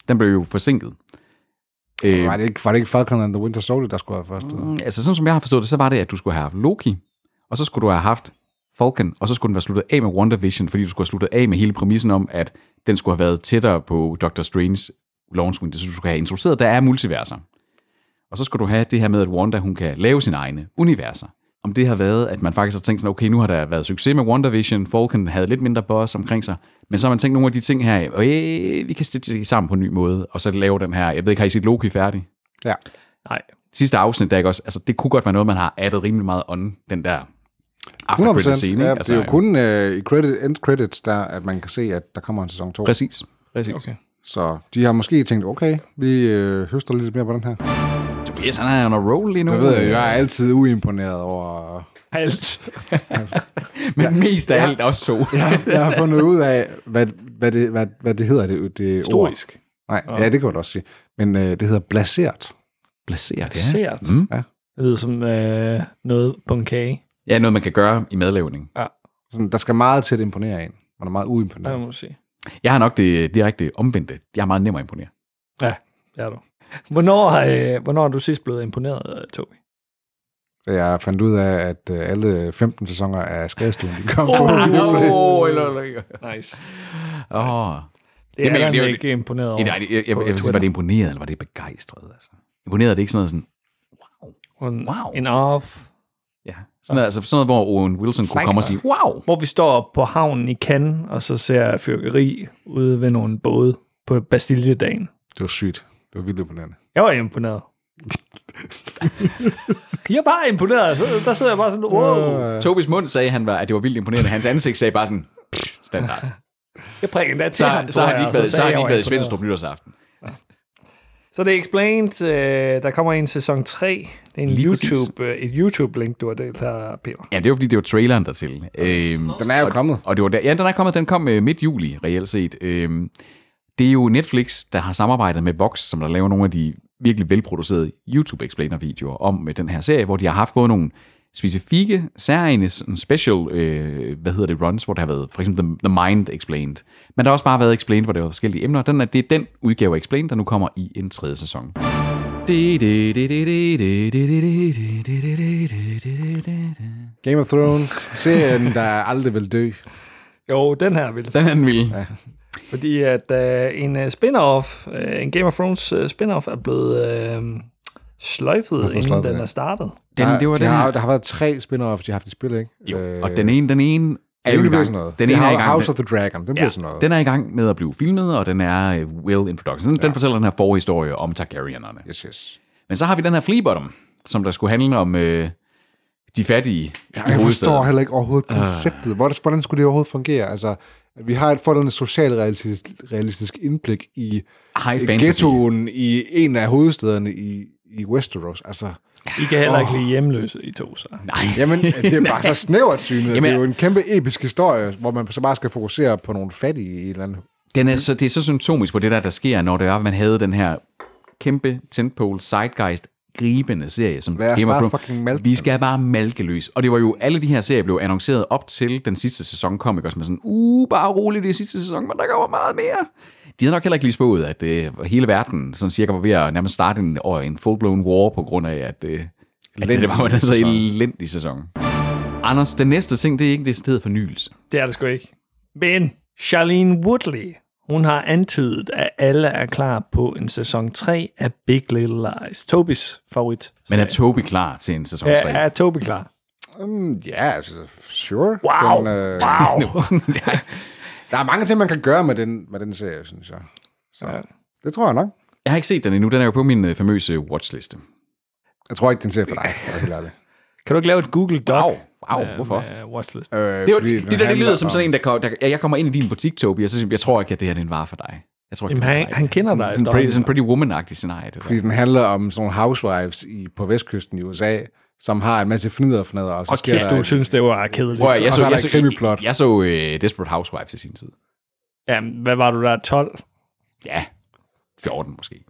Speaker 2: Den blev jo forsinket. Øh,
Speaker 3: Var det ikke, var det ikke Falcon and the Winter Soldier, der skulle være først? Mm.
Speaker 2: altså sådan som jeg har forstået det, så var det, at du skulle have haft Loki, og så skulle du have haft Falcon, og så skulle den være sluttet af med WandaVision, fordi du skulle have sluttet af med hele præmissen om, at den skulle have været tættere på Doctor Strange launch window, så du skulle have introduceret, der er multiverser. Og så skulle du have det her med, at Wanda hun kan lave sine egne universer. Om det har været, at man faktisk har tænkt sådan, okay, nu har der været succes med WandaVision, Falcon havde lidt mindre boss omkring sig, men så har man tænkt nogle af de ting her, og øh, vi kan stille det sammen på en ny måde, og så lave den her, jeg ved ikke, har I set Loki færdig?
Speaker 3: Ja.
Speaker 1: nej.
Speaker 2: sidste afsnit, der ikke også, altså det kunne godt være noget, man har addet rimelig meget on, den der
Speaker 3: 100
Speaker 2: after scene,
Speaker 3: Ja,
Speaker 2: altså,
Speaker 3: det er jo kun uh, i credit, end credits, der, at man kan se, at der kommer en sæson 2.
Speaker 2: Præcis, præcis. Okay.
Speaker 3: Så de har måske tænkt, okay, vi øh, høster lidt mere på den her.
Speaker 2: Tobias, han er on a roll lige nu.
Speaker 3: Jeg ved, jeg, jeg er altid uimponeret over...
Speaker 1: Alt.
Speaker 2: Men ja. mest af ja. alt også to. Ja.
Speaker 3: Jeg har fundet ud af, hvad, hvad, det, hvad, hvad det hedder, det, det ord.
Speaker 1: Historisk.
Speaker 3: Nej, ja, det kan du også sige. Men øh, det hedder blaseret.
Speaker 2: Placeret, ja.
Speaker 1: Ser.
Speaker 2: Mm.
Speaker 1: Det lyder som øh, noget på en kage.
Speaker 2: Ja, noget, man kan gøre i madlavning.
Speaker 3: Sådan, der skal meget til at imponere en. Man er meget
Speaker 1: Ja. Jeg
Speaker 3: uimponeret.
Speaker 1: må sige.
Speaker 2: Jeg har nok det direkte omvendte. Jeg er meget nemmere at imponere.
Speaker 1: Ja, det er du. Hvornår, øh, hvornår er du sidst blevet imponeret, øh, Tobi?
Speaker 3: Så jeg fandt ud af, at øh, alle 15 sæsoner af Skadestuen, de kom på.
Speaker 2: Åh, eller- eller-
Speaker 1: Nice.
Speaker 2: Åh.
Speaker 1: Det er
Speaker 2: Jamen,
Speaker 1: jeg
Speaker 2: det er jo-
Speaker 1: ikke imponeret over.
Speaker 2: Nej, jeg, jeg, jeg,
Speaker 1: På
Speaker 2: jeg, jeg, var det imponeret, eller var det begejstret? Altså? Imponeret er det ikke sådan noget sådan,
Speaker 1: En,
Speaker 2: Wow.
Speaker 1: en off.
Speaker 2: ja. Sådan noget, altså sådan noget, hvor Owen Wilson kunne komme og sige, wow,
Speaker 1: Hvor vi står på havnen i Cannes, og så ser jeg fyrkeri ude ved nogle både på Bastilledagen.
Speaker 3: Det var sygt. Det var vildt imponerende.
Speaker 1: Jeg var imponeret. jeg var imponeret. Så, der sidder jeg bare sådan, wow.
Speaker 2: Tobis mund sagde, han var, at det var vildt imponerende. Hans ansigt sagde bare sådan, "Pff, standard.
Speaker 1: Jeg prikker endda til
Speaker 2: Så,
Speaker 1: ham,
Speaker 2: så
Speaker 1: tror
Speaker 2: har de
Speaker 1: jeg,
Speaker 2: ikke
Speaker 1: og
Speaker 2: været, så
Speaker 1: sagde
Speaker 2: har
Speaker 1: jeg,
Speaker 2: de
Speaker 1: jeg
Speaker 2: ikke
Speaker 1: var
Speaker 2: været i
Speaker 1: imponeret.
Speaker 2: Svendstrup nytårsaften.
Speaker 1: Så det er explained. Øh, der kommer en sæson 3. Det er en
Speaker 2: Lige præcis.
Speaker 1: YouTube, øh, et YouTube-link, du har delt her, Peter.
Speaker 2: Ja, det var fordi, det var traileren dertil. Øhm,
Speaker 3: Den er jo kommet.
Speaker 2: og det var der, ja, den er kommet, den kom øh, midt juli, reelt set. Øhm, det er jo Netflix, der har samarbejdet med Vox, som der laver nogle af de virkelig velproducerede YouTube-explainer-videoer om øh, den her serie, hvor de har haft både nogle specifikke, særlige sådan special, øh, hvad hedder det, runs, hvor der har været for eksempel The, The Mind Explained. Men der har også bare været Explained, hvor der var forskellige emner. Den er, det er den udgave af Explained, der nu kommer i en tredje sæson.
Speaker 3: Game of Thrones, serien, der aldrig vil dø.
Speaker 1: Jo, den her vil.
Speaker 2: Den er den vilde.
Speaker 1: Fordi at øh, en øh, spin-off, øh, en Game of Thrones øh, spin-off, er blevet øh, sløjfet, inden
Speaker 3: sløjfet,
Speaker 1: den
Speaker 3: ja.
Speaker 1: er startet.
Speaker 2: Den, det var
Speaker 3: de
Speaker 2: den her.
Speaker 3: har, der har været tre spin-offs, de har haft i spil, ikke? Øh,
Speaker 2: Jo, og den ene, den ene er jo
Speaker 3: det
Speaker 2: i
Speaker 3: bliver
Speaker 2: gang.
Speaker 3: sådan noget.
Speaker 2: Den
Speaker 3: det
Speaker 2: ene er i
Speaker 3: har
Speaker 2: gang. med-
Speaker 3: House of the Dragon, den ja. bliver sådan noget.
Speaker 2: Den er i gang med at blive filmet, og den er øh, well in production. Den, ja. den fortæller den her forhistorie om Targaryenerne.
Speaker 3: Yes, yes.
Speaker 2: Men så har vi den her Fleabottom, som der skulle handle om øh, de fattige
Speaker 3: Ja,
Speaker 2: i
Speaker 3: jeg forstår
Speaker 2: hovedstaden. Ah.
Speaker 3: heller ikke overhovedet konceptet. Hvordan, hvordan skulle det overhovedet fungere? Altså, at vi har et forholdende socialrealistisk realistisk indblik i
Speaker 2: High fantasy.
Speaker 3: ghettoen i en af hovedstederne i, i Westeros. Altså,
Speaker 1: I kan heller ikke lide hjemløse i to, så.
Speaker 2: Nej,
Speaker 3: jamen, det er bare så snævert synet.
Speaker 2: Jamen,
Speaker 3: det er jo en kæmpe episk historie, hvor man så bare skal fokusere på nogle fattige i et eller andet.
Speaker 2: den er så, det er så symptomisk på det der, der sker, når det er, at man havde den her kæmpe tentpole zeitgeist gribende serie, som
Speaker 3: Lad os
Speaker 2: Game of
Speaker 3: bare
Speaker 2: Thrones.
Speaker 3: fucking malke
Speaker 2: Vi
Speaker 3: den.
Speaker 2: skal bare malke løs. Og det var jo, alle de her serier blev annonceret op til den sidste sæson, kom ikke også med sådan, uh, bare roligt det er sidste sæson, men der kommer meget mere. De havde nok heller ikke lige spået, at øh, hele verden sådan cirka var ved at nærmest starte en, og en full-blown war, på grund af, at, øh, at det
Speaker 3: Elendig
Speaker 2: var en så
Speaker 3: sæson.
Speaker 2: elendig sæson. Anders, den næste ting, det er ikke det sted fornyelse.
Speaker 1: Det er det sgu ikke. Men Charlene Woodley, hun har antydet, at alle er klar på en sæson 3 af Big Little Lies. Tobis favorit.
Speaker 2: Men er Toby klar til en sæson 3?
Speaker 1: Er, er Tobi klar?
Speaker 3: Mm, ja, altså, sure.
Speaker 1: Wow.
Speaker 3: Den, øh,
Speaker 1: Wow!
Speaker 3: Der er mange ting, man kan gøre med den, med den serie, synes jeg. Så,
Speaker 1: Ja.
Speaker 3: ja. Det tror jeg nok.
Speaker 2: Jeg har ikke set den endnu. Den er jo på min øh, famøse watchliste.
Speaker 3: Jeg tror ikke, den ser for dig, for at være helt ærlig.
Speaker 1: Kan du ikke lave et Google Doc?
Speaker 2: Au, au,
Speaker 1: med-
Speaker 2: hvorfor?
Speaker 1: Med watchlist.
Speaker 3: Øh,
Speaker 2: Det, var,
Speaker 3: fordi
Speaker 2: det, det, der, det
Speaker 3: handler
Speaker 2: lyder som
Speaker 3: om-
Speaker 2: sådan en, der, kom, der jeg kommer ind i din butik, Tobi, og så siger, jeg, jeg tror ikke, at det her det er en vare for dig. Jeg tror ikke,
Speaker 1: Jamen,
Speaker 2: det er
Speaker 1: han-
Speaker 2: for
Speaker 1: han kender dig
Speaker 2: sådan, sådan, pretty,
Speaker 1: efterhånden.
Speaker 2: sådan pretty woman-agtig scenarie. Det
Speaker 3: Fordi
Speaker 2: der.
Speaker 3: den handler om sådan nogle housewives i, på vestkysten i USA, som har en masse fnider og fnader, og så
Speaker 1: Og
Speaker 3: sker
Speaker 1: kæft,
Speaker 3: der...
Speaker 1: du synes, det var kedeligt.
Speaker 2: øh, Prøv at, jeg
Speaker 3: og
Speaker 2: så,
Speaker 3: så er
Speaker 2: jeg
Speaker 3: der
Speaker 2: så,
Speaker 3: et
Speaker 2: jeg,
Speaker 3: krimiplot.
Speaker 2: jeg, jeg så øh, Desperate Housewives i sin tid.
Speaker 1: Jamen, hvad var du der? 12?
Speaker 2: Ja, 14 måske.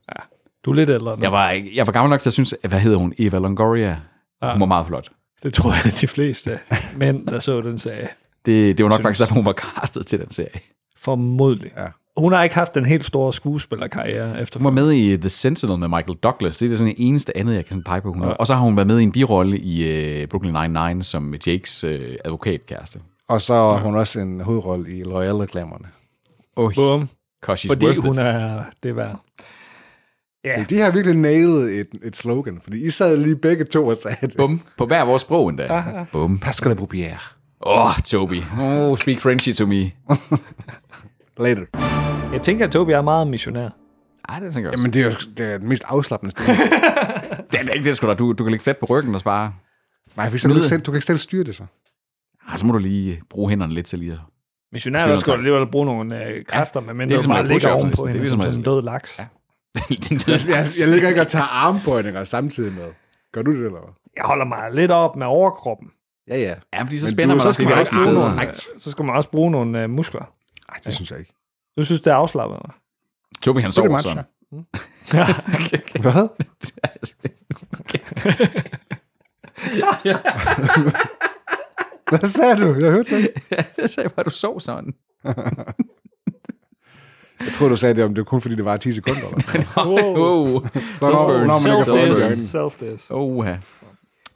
Speaker 1: Du er lidt ældre nu.
Speaker 2: Jeg var, jeg var gammel nok til at synes, at- hvad hedder hun? Eva Longoria. Ja. Hun var meget flot.
Speaker 1: Det tror jeg, at de fleste mænd, der så den, sagde.
Speaker 2: Det, det var nok synes. faktisk, derfor hun var castet til den serie.
Speaker 1: Formodentlig.
Speaker 3: Ja.
Speaker 1: Hun har ikke haft den helt store skuespillerkarriere
Speaker 2: Hun
Speaker 1: efter.
Speaker 2: var med i The Sentinel med Michael Douglas. Det er det sådan det eneste andet, jeg kan sådan pege på. Hun. Ja. Og så har hun været med i en birolle i øh, Brooklyn Nine-Nine som Jakes øh, advokatkæreste.
Speaker 3: Og så har hun også en hovedrolle i Loyal-reklamerne.
Speaker 2: Oh,
Speaker 1: Bum.
Speaker 2: Cause she's
Speaker 1: Fordi
Speaker 2: worth
Speaker 1: hun
Speaker 2: it.
Speaker 1: er det værd. Ja.
Speaker 3: Så de har virkelig nailet et, et slogan, fordi I sad lige begge to og sagde det.
Speaker 2: Bum. På hver vores sprog endda.
Speaker 3: Ah,
Speaker 2: Bum.
Speaker 3: Pascal Brubière.
Speaker 2: Åh, oh, Toby. Oh, speak Frenchy to me.
Speaker 3: Later.
Speaker 1: Jeg tænker, at Tobi er meget missionær.
Speaker 2: Ej, det tænker jeg også.
Speaker 3: Jamen, det er jo det, er den mest afslappende sted.
Speaker 2: det er da ikke det, sgu da. Du, du kan lægge fat på ryggen og spare.
Speaker 3: Nej, for så kan du, ikke selv, du kan ikke selv styre det så.
Speaker 2: Ah, så må du lige bruge hænderne lidt til lige at...
Speaker 1: Missionær, der skal
Speaker 2: tak.
Speaker 1: du alligevel bruge nogle øh, kræfter, ja, men mindre ligesom
Speaker 2: ligesom at
Speaker 1: bare ligger
Speaker 2: push-up,
Speaker 1: ovenpå
Speaker 2: det er
Speaker 1: hende,
Speaker 2: ligesom
Speaker 1: ligesom som
Speaker 2: at-
Speaker 1: en død laks.
Speaker 2: Ja.
Speaker 1: Ja.
Speaker 2: Den døde
Speaker 3: Jeg, jeg ligger ikke og tager armbøjninger samtidig med. Gør du det, eller hvad?
Speaker 1: Jeg holder mig lidt op med overkroppen.
Speaker 3: Ja, ja.
Speaker 2: Ja, fordi så
Speaker 3: Men
Speaker 2: spænder
Speaker 3: du-
Speaker 2: man
Speaker 3: så
Speaker 2: også
Speaker 3: skal
Speaker 2: lige
Speaker 3: man
Speaker 2: de
Speaker 3: ikke
Speaker 2: rigtige
Speaker 3: bruge
Speaker 2: steder.
Speaker 3: nogen-
Speaker 1: øh, så skal man også bruge nogle øh, muskler.
Speaker 3: Nej, det synes jeg ikke.
Speaker 1: Du synes, det er afslappet. hva'?
Speaker 2: Tobi, han
Speaker 3: Så er det
Speaker 2: sover
Speaker 3: matcha.
Speaker 2: sådan.
Speaker 3: Hvad? Hvad sagde du? Jeg hørte det. ikke.
Speaker 2: Jeg sagde bare, du sov sådan.
Speaker 3: Jeg tror du sagde det om det var kun fordi, det var 10 sekunder. Eller? sådan.
Speaker 1: Wow.
Speaker 2: Oh,
Speaker 3: når- når man ikke har fået
Speaker 1: Self-diss.
Speaker 3: det.
Speaker 1: Self-diss.
Speaker 2: Oha.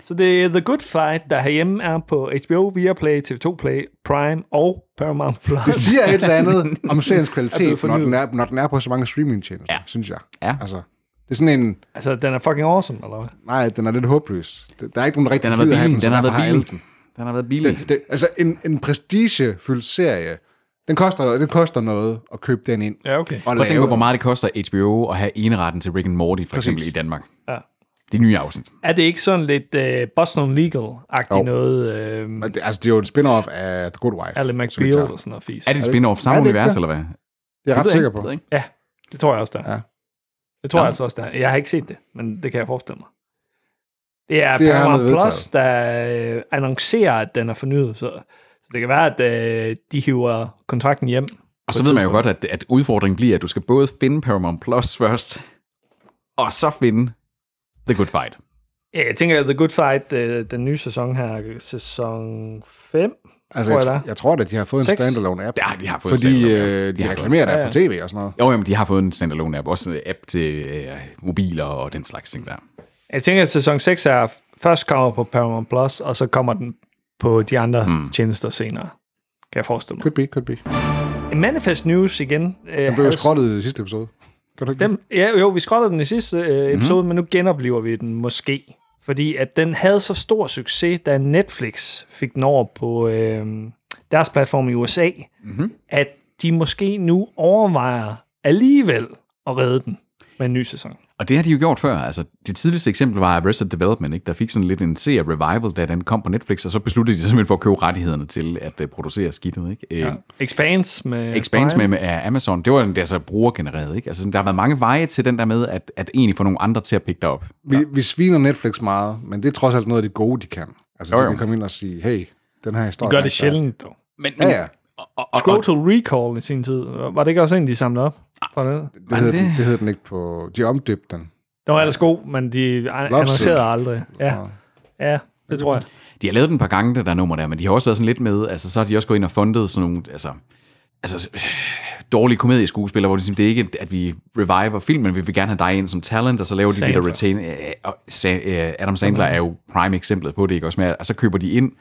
Speaker 1: Så det er The Good Fight, der herhjemme er på HBO, Viaplay, TV2 Play, Prime og Paramount+. Plus.
Speaker 3: Det siger et eller andet om seriens
Speaker 1: blevet
Speaker 3: kvalitet, når
Speaker 1: fornyet.
Speaker 3: den, er, når den er på så mange streamingtjenester,
Speaker 2: Ja.
Speaker 3: ja. synes jeg.
Speaker 2: Ja.
Speaker 3: Altså, det er sådan en...
Speaker 1: Altså, den er fucking awesome, eller hvad?
Speaker 3: Nej, den er lidt håbløs. Der er ikke nogen, der rigtig
Speaker 2: Den har
Speaker 3: gider
Speaker 2: været
Speaker 3: have
Speaker 2: billig.
Speaker 3: så
Speaker 2: Den har
Speaker 3: derfor
Speaker 2: været
Speaker 3: alle
Speaker 2: billig.
Speaker 3: den.
Speaker 2: Den har været billig.
Speaker 3: Det, det, altså, en, en prestigefyldt serie, den koster, det koster noget at købe den ind.
Speaker 1: Ja, okay.
Speaker 3: Og
Speaker 2: Prøv at tænke på,
Speaker 3: lave
Speaker 2: hvor
Speaker 3: den.
Speaker 2: meget det koster HBO at have eneretten til Rick and Morty, for eksempel i Danmark.
Speaker 1: Ja.
Speaker 2: Det nye afsnit.
Speaker 1: Er det ikke sådan lidt øh, Boston Legal-agtigt
Speaker 3: Jo.
Speaker 1: noget? Øh,
Speaker 3: Men det- Altså, det er jo en spin-off af The Good Wife.
Speaker 1: Alle
Speaker 3: så vidt jeg-
Speaker 1: McBeal og sådan noget fisk.
Speaker 2: Er det et spin-off?
Speaker 3: Er
Speaker 2: Samme
Speaker 3: det ikke
Speaker 2: univers,
Speaker 3: det?
Speaker 2: eller hvad?
Speaker 3: Det er jeg
Speaker 2: Det ved
Speaker 3: ret
Speaker 2: jeg
Speaker 3: sikker
Speaker 2: ikke.
Speaker 3: på.
Speaker 2: Det ved jeg ikke.
Speaker 1: Ja, det tror jeg også, der er.
Speaker 3: Ja.
Speaker 1: Det tror
Speaker 2: Nå.
Speaker 1: jeg altså også, der er. Jeg har ikke set det, men det kan jeg forestille mig. Det er
Speaker 3: Det er
Speaker 1: Paramount
Speaker 3: noget
Speaker 1: Plus, der øh, annoncerer, at den er fornyet. Så, så det kan være, at øh, de hiver kontrakten hjem.
Speaker 2: Og så ved man jo godt, at, at udfordringen bliver, at du skal både finde Paramount Plus først, og så finde The Good Fight.
Speaker 1: Ja, jeg tænker, at The Good Fight, øh, den nye sæson her, sæson 5,
Speaker 3: Altså,
Speaker 1: tror jeg,
Speaker 3: jeg,
Speaker 1: der
Speaker 3: jeg, tror da, de har fået en
Speaker 1: Seks?
Speaker 3: standalone app.
Speaker 2: Det har- de har fået en
Speaker 3: fordi,
Speaker 2: standalone app.
Speaker 3: øh,
Speaker 2: De
Speaker 3: de
Speaker 2: har
Speaker 3: reklamerer der
Speaker 1: Ja, ja.
Speaker 3: på tv og sådan noget.
Speaker 2: Jo, jamen, de har fået en standalone app, også en app til øh, mobiler og den slags ting der.
Speaker 1: Jeg tænker, at sæson 6 er først kommer på Paramount Plus, og så kommer den på de andre
Speaker 3: Hmm.
Speaker 1: mm. tjenester senere. Kan jeg forestille mig.
Speaker 3: Could be, could be.
Speaker 1: Manifest News igen. Øh,
Speaker 3: Den blev jo skrottet i sidste episode. Kan du ikke
Speaker 1: Dem, ja, jo, vi skrottede den i sidste øh, episode, mm. men nu genoplever vi den måske. Fordi at den havde så stor succes, da Netflix fik den over på øh, deres platform i USA, mm-hmm. at de måske nu overvejer alligevel at redde den med en ny sæson.
Speaker 2: Og det har de jo gjort før. Altså, det tidligste eksempel var Arrested Development, ikke? der fik sådan lidt en serie-revival, da den kom på Netflix, og så besluttede de simpelthen for at købe rettighederne til at øh, producere skidtet. Ikke? Ja.
Speaker 1: Expanse med
Speaker 2: Expanse
Speaker 1: Prime.
Speaker 2: med, med af Amazon, det var den der så brugergenereret. Ikke? Altså, sådan, der har været mange veje til den der med, at, at egentlig få nogle andre til at pikke dig op.
Speaker 3: Vi, vi sviner Netflix meget, men det er trods alt noget af det gode, de kan. Altså,
Speaker 2: Jo,
Speaker 3: jo,
Speaker 2: jo.
Speaker 3: jo. de kan komme ind og sige, hey, den her historie...
Speaker 1: Gør
Speaker 3: er
Speaker 1: det
Speaker 3: stærk.
Speaker 1: sjældent, dog.
Speaker 2: Men,
Speaker 3: Ja, ja.
Speaker 2: Og, og, og, og,
Speaker 1: Total Recall i sin tid. Var det ikke også en, de samlede op? Fra det?
Speaker 3: Det
Speaker 2: Var
Speaker 3: hedder,
Speaker 2: det
Speaker 3: den,
Speaker 2: det?
Speaker 3: det hedder den ikke på... De omdøbte den.
Speaker 1: Den var ellers god, men de an- annoncerede aldrig. Ja, ja det tror jeg.
Speaker 2: de har lavet den et par gange, det der nummer der, men de har også været sådan lidt med, altså så har de også gået ind og fundet sådan nogle, altså, altså øh, dårlige komedieskuespillere, hvor det, simpelthen- det er ikke, at vi reviver filmen, vi vil gerne have dig ind som talent, og så laver de det der retain, øh, og Sa- øh, Adam Sandler er jo prime eksemplet på det, ikke også med, og så køber de ind,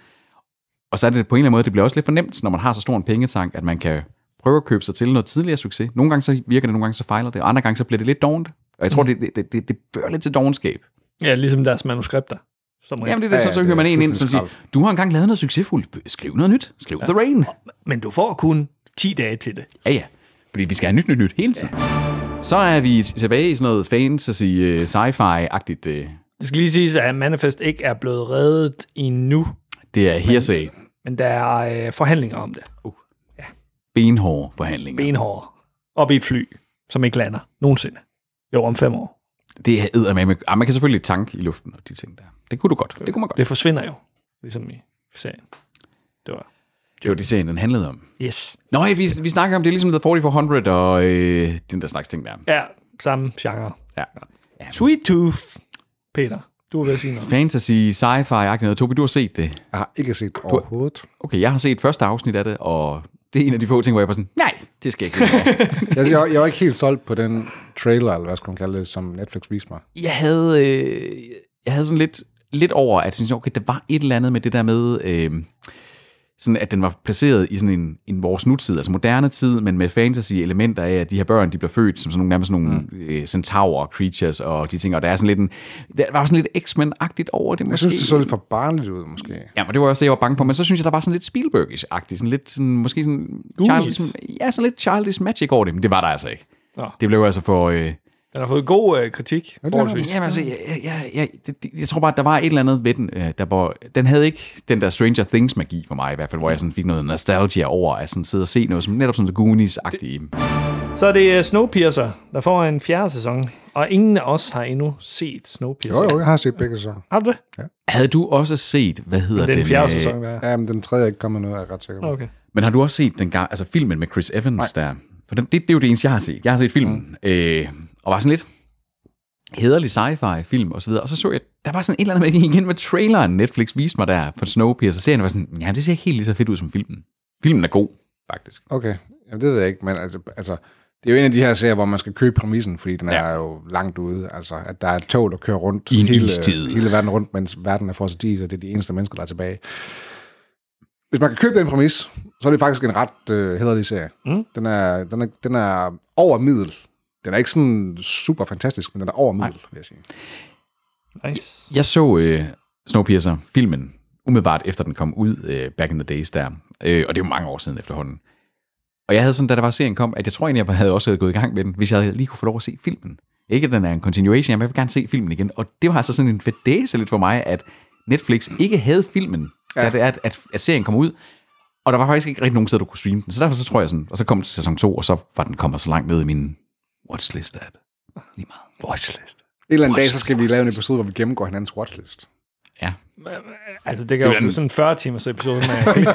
Speaker 2: og så er det på en eller anden måde, det bliver også lidt for nemt, når man har så stor en pengetank, at man kan prøve at købe sig til noget tidligere succes. Nogle gange så virker det, nogle gange så fejler det, og andre gange så bliver det lidt dovent. Og jeg tror, det, det, det, det, det fører lidt til dovenskab.
Speaker 1: Ja, ligesom deres manuskripter. Som regel.
Speaker 2: Jamen det er det,
Speaker 3: Ja,
Speaker 2: ja,
Speaker 3: ja,
Speaker 2: så, så
Speaker 3: det
Speaker 2: hører
Speaker 3: er
Speaker 2: man en ind, som
Speaker 3: fuldstændig
Speaker 2: siger, du har engang lavet noget succesfuldt, skriv noget nyt, skriv ja. The Rain.
Speaker 1: Men du får kun 10 dage til det.
Speaker 2: Ja ja, fordi vi skal have nyt, nyt, nyt hele tiden. Ja. Så er vi t- tilbage i sådan noget fantasy, øh, sci-fi-agtigt øh,
Speaker 1: Det skal lige siges, at Manifest ikke er blevet reddet endnu,
Speaker 2: Det er hearsay.
Speaker 1: men der er øh, forhandlinger om det.
Speaker 2: Benhårde forhandlinger.
Speaker 1: Benhårde. Op i et fly, som ikke lander nogensinde. Jo, om fem år.
Speaker 2: Det er eddermame. Ah, man kan selvfølgelig tanke i luften og de ting der. Det kunne du godt. Det kunne man godt.
Speaker 1: Det forsvinder jo, ligesom i serien. Det var...
Speaker 2: Det var det, serien den handlede om.
Speaker 1: Yes.
Speaker 2: Nå, ja, vi, vi snakker om det, er ligesom The 4400 og øh, den der slags ting der.
Speaker 1: Ja, samme genre.
Speaker 2: Ja.
Speaker 1: Sweet Tooth, Peter. Du var ved at sige noget.
Speaker 2: Fantasy, sci-fi, noget. Tobi, du har set det.
Speaker 3: Jeg har ikke set det overhovedet.
Speaker 2: Okay, jeg har set første afsnit af det, og det er en af de få ting, hvor jeg bare sådan, nej, det skal jeg ikke. se."
Speaker 3: Jeg, jeg, jeg var ikke helt solgt på den trailer, eller hvad skal man kalde det, som Netflix viste mig.
Speaker 2: jeg havde, øh, jeg havde sådan lidt, lidt over, at jeg synes, okay, der var et eller andet med det der med, øh, sådan at den var placeret i sådan en, en vores nutid, altså moderne tid, men med fantasy-elementer af, at de her børn, de bliver født som sådan nogle, nærmest sådan nogle mm. centaurer, creatures og de ting, og der er sådan lidt en, der var sådan lidt X-Men-agtigt over det måske.
Speaker 3: Jeg synes, det så lidt for barnligt ud, måske.
Speaker 2: Ja, men det var også det, jeg var bange for. Men så synes jeg, der var sådan lidt Spielbergish-agtigt. Sådan lidt sådan, måske sådan... Childish, ja, sådan lidt Childish Magic over det. Men det var der altså ikke.
Speaker 1: Nå.
Speaker 2: Det blev altså for... Øh,
Speaker 1: Den har fået god øh, kritik, forholdsvis.
Speaker 2: jamen altså, jeg, jeg, jeg, jeg, det, det- jeg tror bare, at der var et eller andet ved den, øh, der var, den havde ikke den der Stranger Things-magi for mig i hvert fald, hvor jeg sådan fik noget nostalgia over at sådan sidde og se noget som netop sådan The Goonies-agtigt.
Speaker 1: Så er det øh, Snowpiercer, der får en fjerde sæson, og ingen af os har endnu set
Speaker 3: Jo,
Speaker 1: Snowpiercer.
Speaker 3: jo, jeg har set begge sæsoner.
Speaker 1: Har du det?
Speaker 2: Havde du også set, hvad hedder
Speaker 1: Det er den
Speaker 2: den?
Speaker 1: fjerde
Speaker 2: øh,
Speaker 1: sæson, der er.
Speaker 3: Ja, men den tredje er ikke kommet noget, er jeg ret sikker på.
Speaker 1: Okay.
Speaker 2: Men har du også set den gang, altså filmen med Chris Evans der? For den, det, det er jo det eneste, jeg har set. Jeg har set filmen, mm. øh, og var sådan lidt hederlig sci-fi film og så videre. Og så så jeg, der var sådan et eller andet med, igen med traileren, Netflix viste mig der på Snowpiercer. Serien var sådan, ja, det ser ikke helt lige så fedt ud som filmen. Filmen er god, faktisk.
Speaker 3: Okay, Jamen, det ved jeg ikke, men altså, altså, det er jo en af de her serier, hvor man skal købe præmissen, fordi den
Speaker 2: Ja.
Speaker 3: ja. er jo langt ude. Altså, at der er et tog, der kører rundt
Speaker 2: I en
Speaker 3: hele,
Speaker 2: istid.
Speaker 3: hele verden rundt, mens verden er frosset i, og det er de eneste mennesker, der er tilbage. Hvis man kan købe den præmis, så er det faktisk en ret øh, hederlig serie. Mm. Den, er, den, er, den er over middel. Den er ikke sådan super fantastisk, men den er over middel, vil jeg sige.
Speaker 1: Nice.
Speaker 2: Jeg så øh, Snowpiercer, filmen, umiddelbart efter den kom ud, øh, back in the days der. Øh, og det er jo mange år siden efterhånden. Og jeg havde sådan, da der var serien kom, at jeg tror egentlig, jeg havde også gået i gang med den, hvis jeg havde lige kunne få lov at se filmen. Ikke at den er en continuation, men jeg vil gerne se filmen igen. Og det var altså sådan en fadæse lidt for mig, at Netflix ikke havde filmen, ja. da det er, at, at, at serien kom ud. Og der var faktisk ikke rigtig nogen steder, du kunne streame den. Så derfor så tror jeg sådan, og så kom det til sæson 2, og så var den kommet så langt ned i min watchlist, at lige meget. Watchlist.
Speaker 3: En eller anden dag,
Speaker 2: Watchlist,
Speaker 3: så skal vi
Speaker 2: altså.
Speaker 3: lave en episode, hvor vi gennemgår hinandens watchlist.
Speaker 2: Ja,
Speaker 1: Altså, det kan jo
Speaker 2: den-
Speaker 1: blive sådan en 40 timers episode, men øh,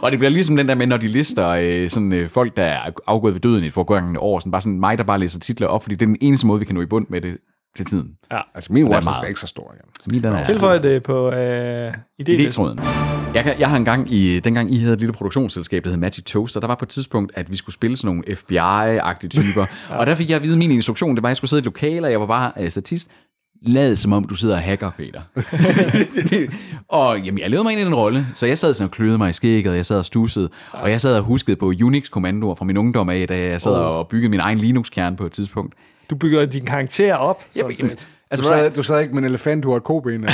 Speaker 2: og det bliver ligesom den der med, når de lister øh, sådan, øh, folk, der er afgået ved døden i et forgående år. Sådan bare sådan mig, der bare læser titler op, fordi det er den eneste måde, vi kan nå i bund med det til tiden.
Speaker 3: Altså, min watchlist
Speaker 2: meget.
Speaker 3: er ikke så stor. Jamen.
Speaker 2: Så min, den er
Speaker 1: tilføj det på øh, idélisten.
Speaker 2: idétråden. Jeg, kan, jeg har engang, i, dengang I havde et lille produktionsselskab, der hed Magic Toaster, der var på et tidspunkt, at vi skulle spille sådan nogle FBI-agtige typer. Og der fik jeg at vide, at min instruktion, det var, at jeg skulle sidde i et lokale, og jeg var bare øh, statist. Lad som om, du sidder og hacker, Peter. Det- det- og jamen, jeg levede mig ind i den rolle, så jeg sad sådan og kløede mig i skægget, og jeg sad og stussede, og jeg sad og huskede på Unix-kommandoer fra min ungdom af, da jeg sad og byggede min egen Linux-kerne på et tidspunkt.
Speaker 1: Du bygger din karakter op. Sådan
Speaker 2: Jamen,
Speaker 1: set.
Speaker 3: Du
Speaker 2: altså,
Speaker 3: sad, du sad ikke med en elefant, du har et koben. Eller?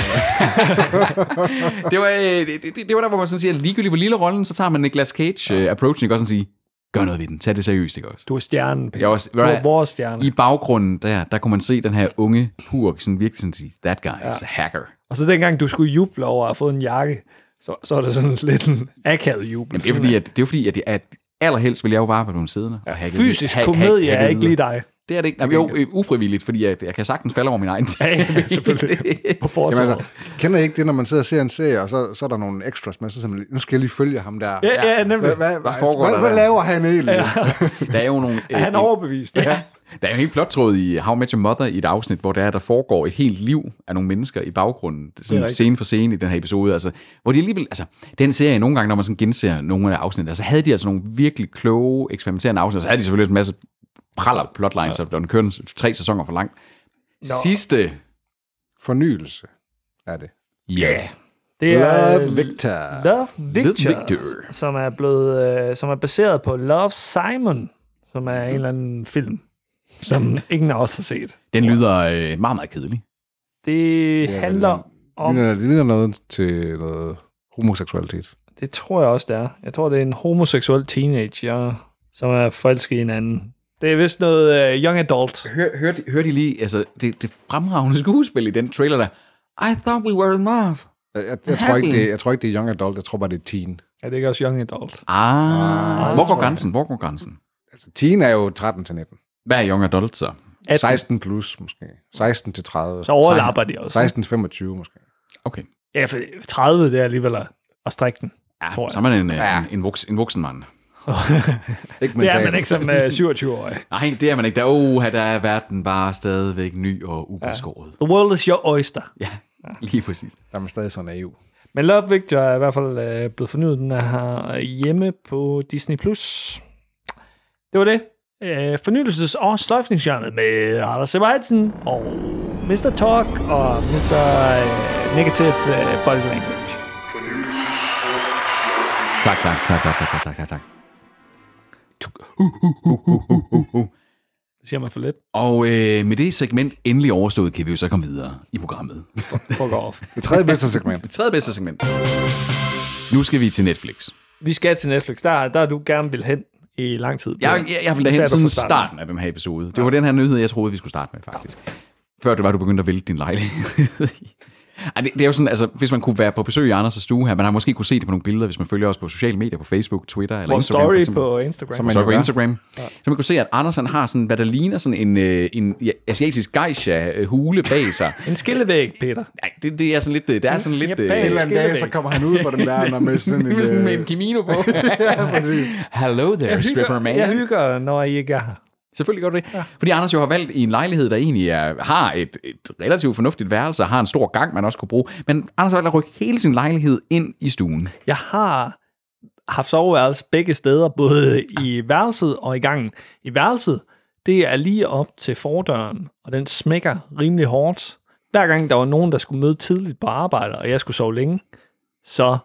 Speaker 2: det var, øh, det, det, det var der, hvor man sådan siger, ligegyldigt hvor lille rollen, så tager man Nicolas Cage-approachen, ikke også sådan sige, gør noget ved den, tag det seriøst, ikke også?
Speaker 1: Du er stjernen, Peter.
Speaker 2: Jeg var,
Speaker 1: du er vores stjerne.
Speaker 2: I baggrunden der, der kunne man se den her unge purk, sådan virkelig sådan sige, that guy is a hacker.
Speaker 1: Og så dengang, du skulle juble over at have fået en jakke, så, så er det sådan lidt en akavet jubel.
Speaker 2: Jamen, det er fordi, at, det er fordi, at, at allerhelst ville jeg jo bare være blevet siddende. og hacke-
Speaker 1: Fysisk
Speaker 2: ha- ha-
Speaker 1: komedie
Speaker 2: hacke
Speaker 1: er ikke
Speaker 2: videre.
Speaker 1: lige dig.
Speaker 2: Det er det ikke. Jamen, jo, øh, ufrivilligt, fordi jeg, jeg kan sagtens falde over min egen tag.
Speaker 1: ja, selvfølgelig. På
Speaker 3: Jamen
Speaker 1: forsvaret.
Speaker 3: altså, kender I ikke det, når man sidder og ser en serie, og så, så er der nogle extras med, så siger man, nu skal jeg lige følge ham der.
Speaker 1: Ja, ja, nemlig.
Speaker 3: Hvad, hvad, hvad,
Speaker 2: foregår der
Speaker 3: hvad, hvad
Speaker 2: der?
Speaker 3: laver han egentlig? Ja.
Speaker 2: Der er jo nogle...
Speaker 1: Er han
Speaker 2: øh,
Speaker 1: overbevist?
Speaker 2: Ja. Der er jo en helt plottråd i How I Met Your Mother i et afsnit, hvor der, er, der foregår et helt liv af nogle mennesker i baggrunden, sådan
Speaker 1: rigtigt.
Speaker 2: scene for scene i den her episode. Altså, hvor de alligevel, altså, den serie nogle gange, når man sådan genser nogle af afsnittene, så havde de altså nogle virkelig kloge, eksperimenterende afsnit, og så havde de selvfølgelig en masse praller plotlines, ja. og den kørte tre sæsoner for langt. Nå. Sidste,
Speaker 3: Fornyelse er det.
Speaker 2: yes.
Speaker 1: Det er øh,
Speaker 3: Love Victor.
Speaker 1: Love Victors, Love Victor.
Speaker 2: Victor.
Speaker 1: som er blevet, øh, som er baseret på Love Simon, som er en eller anden film, som ingen af os har set.
Speaker 2: Den lyder øh, meget, meget kedelig.
Speaker 1: Det
Speaker 3: vel,
Speaker 1: handler om,
Speaker 3: Ligner, det ligner noget til noget homoseksualitet.
Speaker 1: det tror jeg også, det er. Jeg tror, det er en homoseksuel teenager, som er forelsket i en anden Det er vist noget uh, young adult.
Speaker 2: Hør, hørte, hørte I lige, altså, det, det fremragende skuespil i den trailer der. I thought we were in love.
Speaker 3: Jeg, jeg, jeg, tror
Speaker 2: Happy.
Speaker 3: ikke, det, jeg tror ikke, det er young adult. Jeg tror bare, det er teen.
Speaker 1: Er det ikke også young adult?
Speaker 2: Ah, hvor går grænsen? Hvor går grænsen?
Speaker 3: Altså, teen er jo 13 til 19.
Speaker 2: Hvad er young adult så?
Speaker 1: 18.
Speaker 3: 16 plus, måske. 16 til 30.
Speaker 1: Så overlapper de også.
Speaker 3: 16 til 25, måske.
Speaker 2: Okay.
Speaker 1: Ja, for 30 det er alligevel at, at strække den.
Speaker 2: Ja,
Speaker 1: Tror jeg.
Speaker 2: så er man en,
Speaker 3: Ja.
Speaker 2: ja. en, en, voks, en voksen mand.
Speaker 3: Ikke
Speaker 1: Det er
Speaker 3: mentalt.
Speaker 1: man ikke som uh, 27-årig.
Speaker 2: Nej, det er man ikke. Der, oh, der er verden bare stadigvæk ny og ubeskåret.
Speaker 1: The world is your oyster.
Speaker 2: Ja. ja, lige præcis.
Speaker 3: Der er man stadig sådan naiv.
Speaker 1: Men Love Victor er i hvert fald øh, blevet fornyet. Den er her hjemme på Disney+. Plus. Det var det. Øh, fornyelses- og sløjfningsjørnet med Anders Sebastian og Mr. Talk og Mr. øh, Negative øh, Body Language.
Speaker 2: Tak, tak, tak, tak, tak, tak, tak, tak, tak.
Speaker 1: Det siger man for lidt.
Speaker 2: Og øh, med det segment endelig overstået, kan vi jo så komme videre i programmet.
Speaker 1: Fuck off.
Speaker 3: Det tredje bedste segment.
Speaker 2: Det tredje bedste segment. Nu skal vi til Netflix.
Speaker 1: Vi skal til Netflix. Der, der er du gerne vil hen i lang tid.
Speaker 2: Jeg, jeg, jeg vil da
Speaker 1: Det sagde
Speaker 2: hen
Speaker 1: du
Speaker 2: siden
Speaker 1: fra starten.
Speaker 2: starten af den her episode. Det var den her nyhed, jeg troede, vi skulle starte med, faktisk. Før det var, du begyndte at vælte din lejlighed. Ej, det, det er jo sådan, altså, hvis man kunne være på besøg i Anders' stue her, man har måske kunne se det på nogle billeder, hvis man følger os på sociale medier, på Facebook, Twitter eller
Speaker 1: Vores
Speaker 2: Instagram. for
Speaker 1: story
Speaker 2: eksempel.
Speaker 1: på Instagram.
Speaker 3: Som
Speaker 1: Som
Speaker 3: man-
Speaker 1: man...
Speaker 2: Så på
Speaker 3: jo gør.
Speaker 2: Instagram. Ja. Så man kunne se, at Anders han har sådan, hvad der ligner sådan en, øh, en ja, asiatisk geisha-hule bag sig.
Speaker 1: En skillevæg, Peter.
Speaker 2: Nej, det, det er sådan lidt... øh, Det er sådan lidt...
Speaker 1: Ja, bag
Speaker 3: En eller anden dag,
Speaker 1: Skillevæg.
Speaker 3: så kommer han ud på den der, når med sådan en...
Speaker 2: med sådan med
Speaker 3: øh,
Speaker 2: en kimono på.
Speaker 3: ja, præcis.
Speaker 2: Hello there, stripper man.
Speaker 1: jeg hygger, når I ikke er her.
Speaker 2: Selvfølgelig gør du det. Ja. Fordi Anders jo har valgt i en lejlighed, der egentlig er, har et, et relativt fornuftigt værelse, og har en stor gang, man også kunne bruge. Men Anders har valgt at rykke hele sin lejlighed ind i stuen.
Speaker 1: Jeg har haft soveværelse begge steder, både i værelset og i gangen. I værelset, det er lige op til fordøren, og den smækker rimelig hårdt. Hver gang der var nogen, der skulle møde tidligt på arbejde, og jeg skulle sove længe, så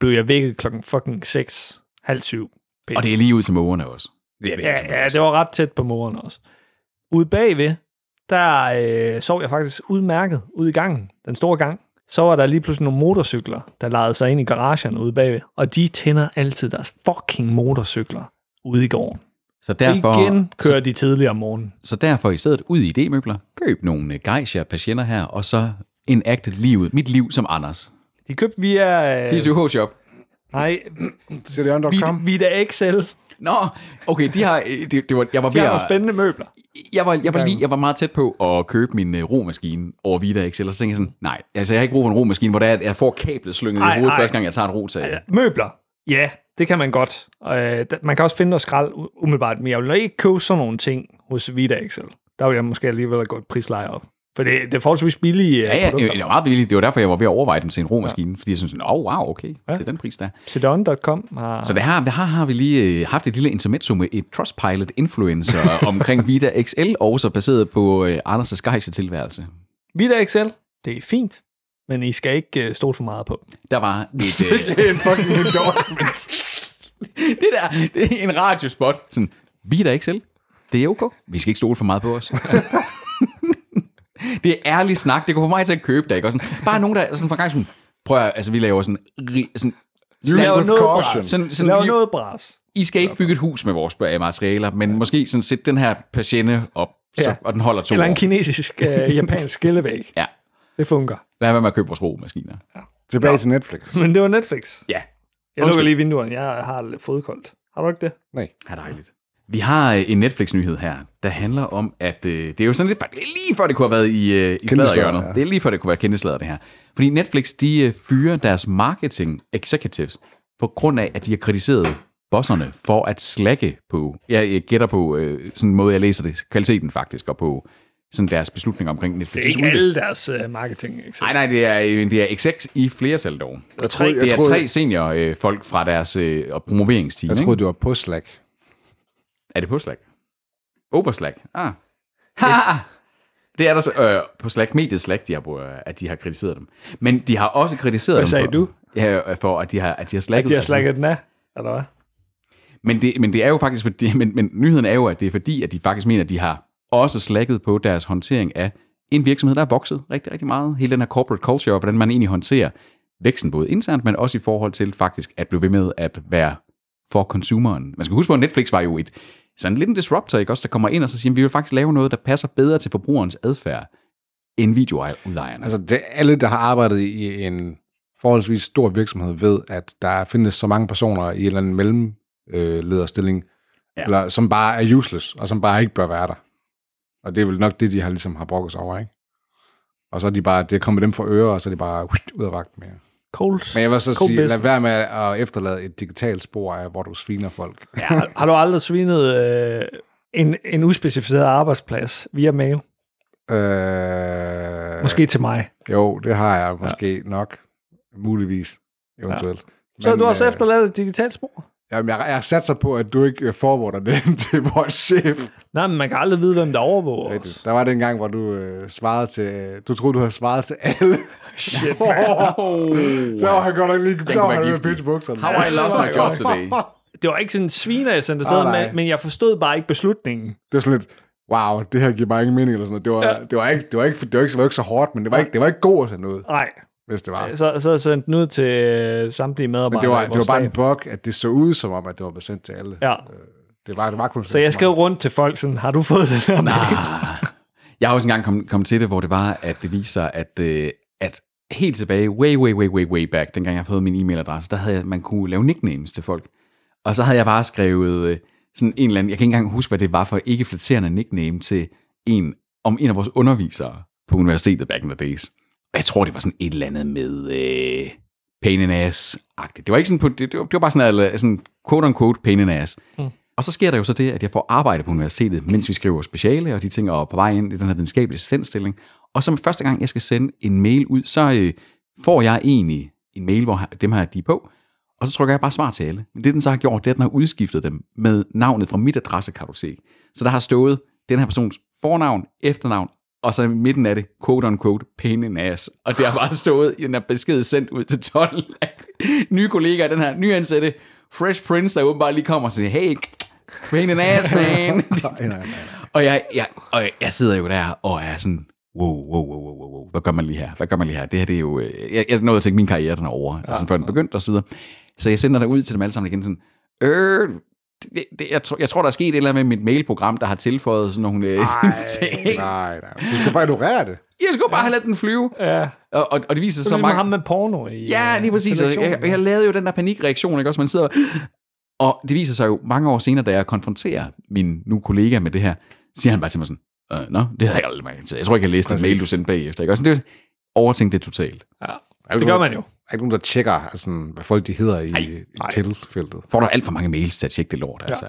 Speaker 1: blev jeg vækket klokken fucking 6, halv syv.
Speaker 2: Og det er lige ud til mågerne også. Det er det. altså.
Speaker 1: Ja, ja, det var ret tæt på moren også. Ude bagved, der øh, sov jeg faktisk udmærket ude i gangen, den store gang. Så var der lige pludselig nogle motorcykler, der lejede sig ind i garagerne ude bagved. Og de tænder altid deres fucking motorcykler ude i gården.
Speaker 2: Så derfor,
Speaker 1: Igen kører de tidligere om morgenen.
Speaker 2: så, så derfor i stedet ud i idémøbler, køb nogle øh, geisha patienter her, og så enact livet, mit liv som Anders.
Speaker 1: De købte via... Øh,
Speaker 2: 24H Shop.
Speaker 1: nej,
Speaker 3: CDON.com.
Speaker 1: via Excel.
Speaker 2: Nå, okay, de har, øh, det, det var, jeg var
Speaker 1: De
Speaker 2: ved
Speaker 1: har
Speaker 2: at,
Speaker 1: nogle spændende møbler.
Speaker 2: jeg var, jeg, var lige, jeg var meget tæt på at købe min uh, romaskine over Vita Excel, og så tænkte jeg sådan, nej, altså jeg har ikke brug for en romaskine, hvor det er, at jeg får kablet slynget i
Speaker 1: Ej,
Speaker 2: hovedet
Speaker 1: ej.
Speaker 2: første gang, jeg tager et rotag.
Speaker 1: Møbler. Ja, det kan man godt. Og, øh, da- man kan også finde noget skrald u- umiddelbart, men jeg vil ikke købe sådan nogle ting hos Vita Excel. Der vil jeg måske alligevel have gået prisleje op. For det, det er forholdsvis billige
Speaker 2: Ja,
Speaker 1: ja,
Speaker 2: ja,
Speaker 1: produkter.
Speaker 2: det, det var meget billigt. Det var derfor, jeg var ved at overveje dem til en romaskine, ja. fordi jeg synes, åh, oh, wow, okay, ja. til den pris der.
Speaker 1: Sedon.com har...
Speaker 2: Så det her, det her har vi lige øh, haft et lille intermezzo med et Trustpilot-influencer omkring Vita XL, også baseret på øh, Anders' Geisha-tilværelse.
Speaker 1: Vita Excel, det er fint, men I skal ikke øh, stole for meget på.
Speaker 2: Der var et... Øh,
Speaker 3: En fucking endorsement.
Speaker 2: det der, det er en radiospot. Sådan, vi er der ikke selv. Det er okay. Vi skal ikke stole for meget på os. det er ærlig snak. Det kunne få mig til at købe det, ikke? Og sådan, bare nogen, der sådan for en gang sådan, prøv at, altså vi laver sådan, ri- sådan
Speaker 3: Use
Speaker 1: Lav
Speaker 3: with
Speaker 1: noget,
Speaker 3: caution.
Speaker 2: sådan,
Speaker 1: Så
Speaker 2: sådan
Speaker 1: Lav
Speaker 2: jo-
Speaker 1: noget bras.
Speaker 2: I skal ikke bygge et hus med vores øh, materialer, men måske sådan sætte den her patiente op, så,
Speaker 1: Ja.
Speaker 2: og den holder to
Speaker 1: Eller en
Speaker 2: år.
Speaker 1: kinesisk øh, japansk skillevæg.
Speaker 2: Ja,
Speaker 1: Det fungerer.
Speaker 2: lad være med at købe vores romaskiner.
Speaker 3: Tilbage til Netflix.
Speaker 1: Men det var Netflix.
Speaker 2: Ja,
Speaker 1: Jeg lukker lige vinduerne. Jeg har lidt fodkoldt. Har du ikke det?
Speaker 3: Nej.
Speaker 2: Ja, dejligt. Vi har øh, en Netflix-nyhed her, der handler om, at øh, det er jo sådan lidt... Det er lige før, det kunne have været i, øh, i sladderhjørnet.
Speaker 3: ja.
Speaker 2: Det er lige før, det kunne være kendeslader, det her. Fordi Netflix, de øh, fyrer deres marketing executives på grund af, at de har kritiseret bosserne for at slække på... Jeg, jeg gætter på øh, sådan en måde, jeg læser det. Kvaliteten faktisk, og på sådan deres beslutninger omkring Netflix.
Speaker 1: Det er ikke alle deres øh, marketing. Excel.
Speaker 2: Nej, nej, det er, øh, det er execs i flere dog.
Speaker 3: Jeg troede, jeg,
Speaker 2: Det er
Speaker 3: troede,
Speaker 2: tre seniorfolk øh, folk fra deres øh, og promoveringsteam.
Speaker 3: jeg
Speaker 2: ikke?
Speaker 3: troede, det var på Slack.
Speaker 2: Er det på Slack? Over Slack? Ah. Ha! Det er der så, øh, på Slack, mediet Slack, de har, på, øh, at de har kritiseret dem. Men de har også kritiseret
Speaker 1: Hvad
Speaker 2: dem
Speaker 1: sagde
Speaker 2: for,
Speaker 1: du?
Speaker 2: Ja, øh, for at de har, at de har slacket.
Speaker 1: De har slækket den af, eller hvad?
Speaker 2: men, det, men det er jo faktisk, fordi, men, men nyheden er jo, at det er fordi, at de faktisk mener, at de har også slækket på deres håndtering af en virksomhed, der er vokset rigtig, rigtig meget. Hele den her corporate culture, og hvordan man egentlig håndterer væksten både internt, men også i forhold til faktisk at blive ved med at være for consumeren. Man skal huske på, at Netflix var jo et, sådan lidt en disruptor, ikke? Også, der kommer ind og så siger, vi vil faktisk lave noget, der passer bedre til forbrugerens adfærd end videoudlejerne. Altså,
Speaker 3: Altså, det, alle, der har arbejdet i en forholdsvis stor virksomhed, ved, at der findes så mange personer i en eller anden mellemlederstilling,
Speaker 2: Ja.
Speaker 3: ja. eller, som bare er useless, og som bare ikke bør være der. Og det er vel nok det, de har, ligesom har brokket sig over, ikke? Og så er de bare, det er kommet dem for øre, og så er de bare whist, ud af vagt med.
Speaker 1: Cold.
Speaker 3: Men jeg vil så
Speaker 1: Cold
Speaker 3: sige, lad
Speaker 1: business.
Speaker 3: være med at efterlade et digitalt spor af, hvor du sviner folk.
Speaker 1: Ja, har- har du aldrig svinet øh, en, en uspecificeret arbejdsplads via mail?
Speaker 3: Øh,
Speaker 1: Måske til mig.
Speaker 3: Jo, det har jeg måske ja. nok. Muligvis, eventuelt.
Speaker 1: Så har
Speaker 3: Men,
Speaker 1: du også
Speaker 3: øh,
Speaker 1: efterladt et digitalt spor?
Speaker 3: Jamen, jeg, jeg satser på, at du ikke øh, forvorter det til vores chef.
Speaker 1: Nej, men man kan aldrig vide, hvem der overvåger
Speaker 3: Rigtigt.
Speaker 1: os.
Speaker 3: Der var den gang, hvor du øh, svarede til... Du troede, du havde svaret til alle.
Speaker 1: Shit.
Speaker 2: oh,
Speaker 3: Så var han godt nok lige... Der
Speaker 2: kunne
Speaker 3: var
Speaker 2: være
Speaker 3: han ved
Speaker 2: giftig.
Speaker 3: pissebukserne.
Speaker 2: How I lost my job today.
Speaker 1: Det var ikke sådan en sviner, jeg sendte afsted,
Speaker 3: Ah, nej.
Speaker 1: men, men jeg forstod bare ikke beslutningen.
Speaker 3: Det var sådan lidt... Wow, det her giver bare ingen mening eller sådan noget. Det var, ja. det var, ikke, det var, ikke, det var, ikke, det var ikke så hårdt, men det var ikke, det var ikke god at sende ud,
Speaker 1: Nej,
Speaker 3: hvis det var.
Speaker 1: så, så sendte den ud til øh, samtlige
Speaker 3: Ah. Men
Speaker 1: medarbejdere.
Speaker 3: det var,
Speaker 1: i
Speaker 3: det
Speaker 1: vores
Speaker 3: var bare en
Speaker 1: stab.
Speaker 3: bug, at det så ud som om, at det var blevet sendt til alle.
Speaker 1: Ja.
Speaker 3: Det var, det var kun
Speaker 1: Så jeg skrev rundt til folk sådan, har du fået den her mail?
Speaker 2: Ah. Jeg har også engang kommet kom til det, hvor det var, at det viser, at, øh, at helt tilbage, way, way, way, way, way back, dengang jeg havde fået min e-mailadresse, der havde jeg, man kunne lave nicknames til folk. Og så havde jeg bare skrevet øh, sådan en eller anden, jeg kan ikke engang huske, hvad det var for ikke flatterende nickname til en, om en af vores undervisere på universitetet back in the days. Og jeg tror, det var sådan et eller andet med øh, pain in ass-agtigt. Det var ikke sådan på, det, det, var, det var bare sådan, øh, sådan quote unquote pain in ass. Og så sker der jo så det, at jeg får arbejde på universitetet, mens vi skriver speciale, og de ting er på vej ind i den her videnskabelige assistentstilling. Og som første gang, jeg skal sende en mail ud, så øh, får jeg egentlig en mail, hvor dem her de er på, og så trykker jeg bare svar til alle. Men det, den så har gjort, det er, at den har udskiftet dem med navnet fra mit adressekartotek. Så der har stået den her persons fornavn, efternavn, og så i midten af det, quote on quote, pain in ass. Og det har bare stået i den her besked sendt ud til 12 nye kollegaer, den her nyansatte Fresh Prince, der åbenbart lige kommer og siger, hey, pain in ass, man.
Speaker 3: Nej, nej, nej.
Speaker 2: og, jeg, jeg, og jeg sidder jo der og er sådan, wow, wow, wow, wow, wow, wow, hvad gør man lige her? Hvad gør man lige her? Det her, det er jo, øh, jeg, jeg nåede at tænke, min karriere, den er over, ja, altså, før den begyndte og så videre. Så jeg sender dig ud til dem alle sammen igen sådan, øh, det, det, jeg, tror, jeg tror, der er sket et eller andet med mit mailprogram, der har tilføjet sådan nogle øh, ting.
Speaker 3: Nej, nej. Du skal bare ignorere det.
Speaker 2: Jeg skulle bare have ladet den flyve.
Speaker 1: Ja.
Speaker 2: Og, og, og det viser sig
Speaker 1: Så
Speaker 2: så
Speaker 1: ligesom
Speaker 2: mange...
Speaker 1: ham med porno i
Speaker 2: Ja,
Speaker 1: øh,
Speaker 2: lige præcis. Og jeg,
Speaker 1: redaktionen.
Speaker 2: jeg lavede jo den der panikreaktion, ikke også? Man sidder... Og det viser sig jo mange år senere, da jeg konfronterer min nu kollega med det her, siger han bare til mig sådan, øh, nå, det har jeg aldrig mærket. til. Jeg tror ikke, jeg læste den
Speaker 3: Præcis.
Speaker 2: mail, du sendte bagefter. Ikke? også? det er overtænkt det totalt.
Speaker 1: ja. Det gør man jo.
Speaker 3: Der er ikke nogen, der tjekker, altså, hvad folk de hedder i, i tilfældet.
Speaker 2: Får du alt for mange mails til at tjekke det lort, ja. altså.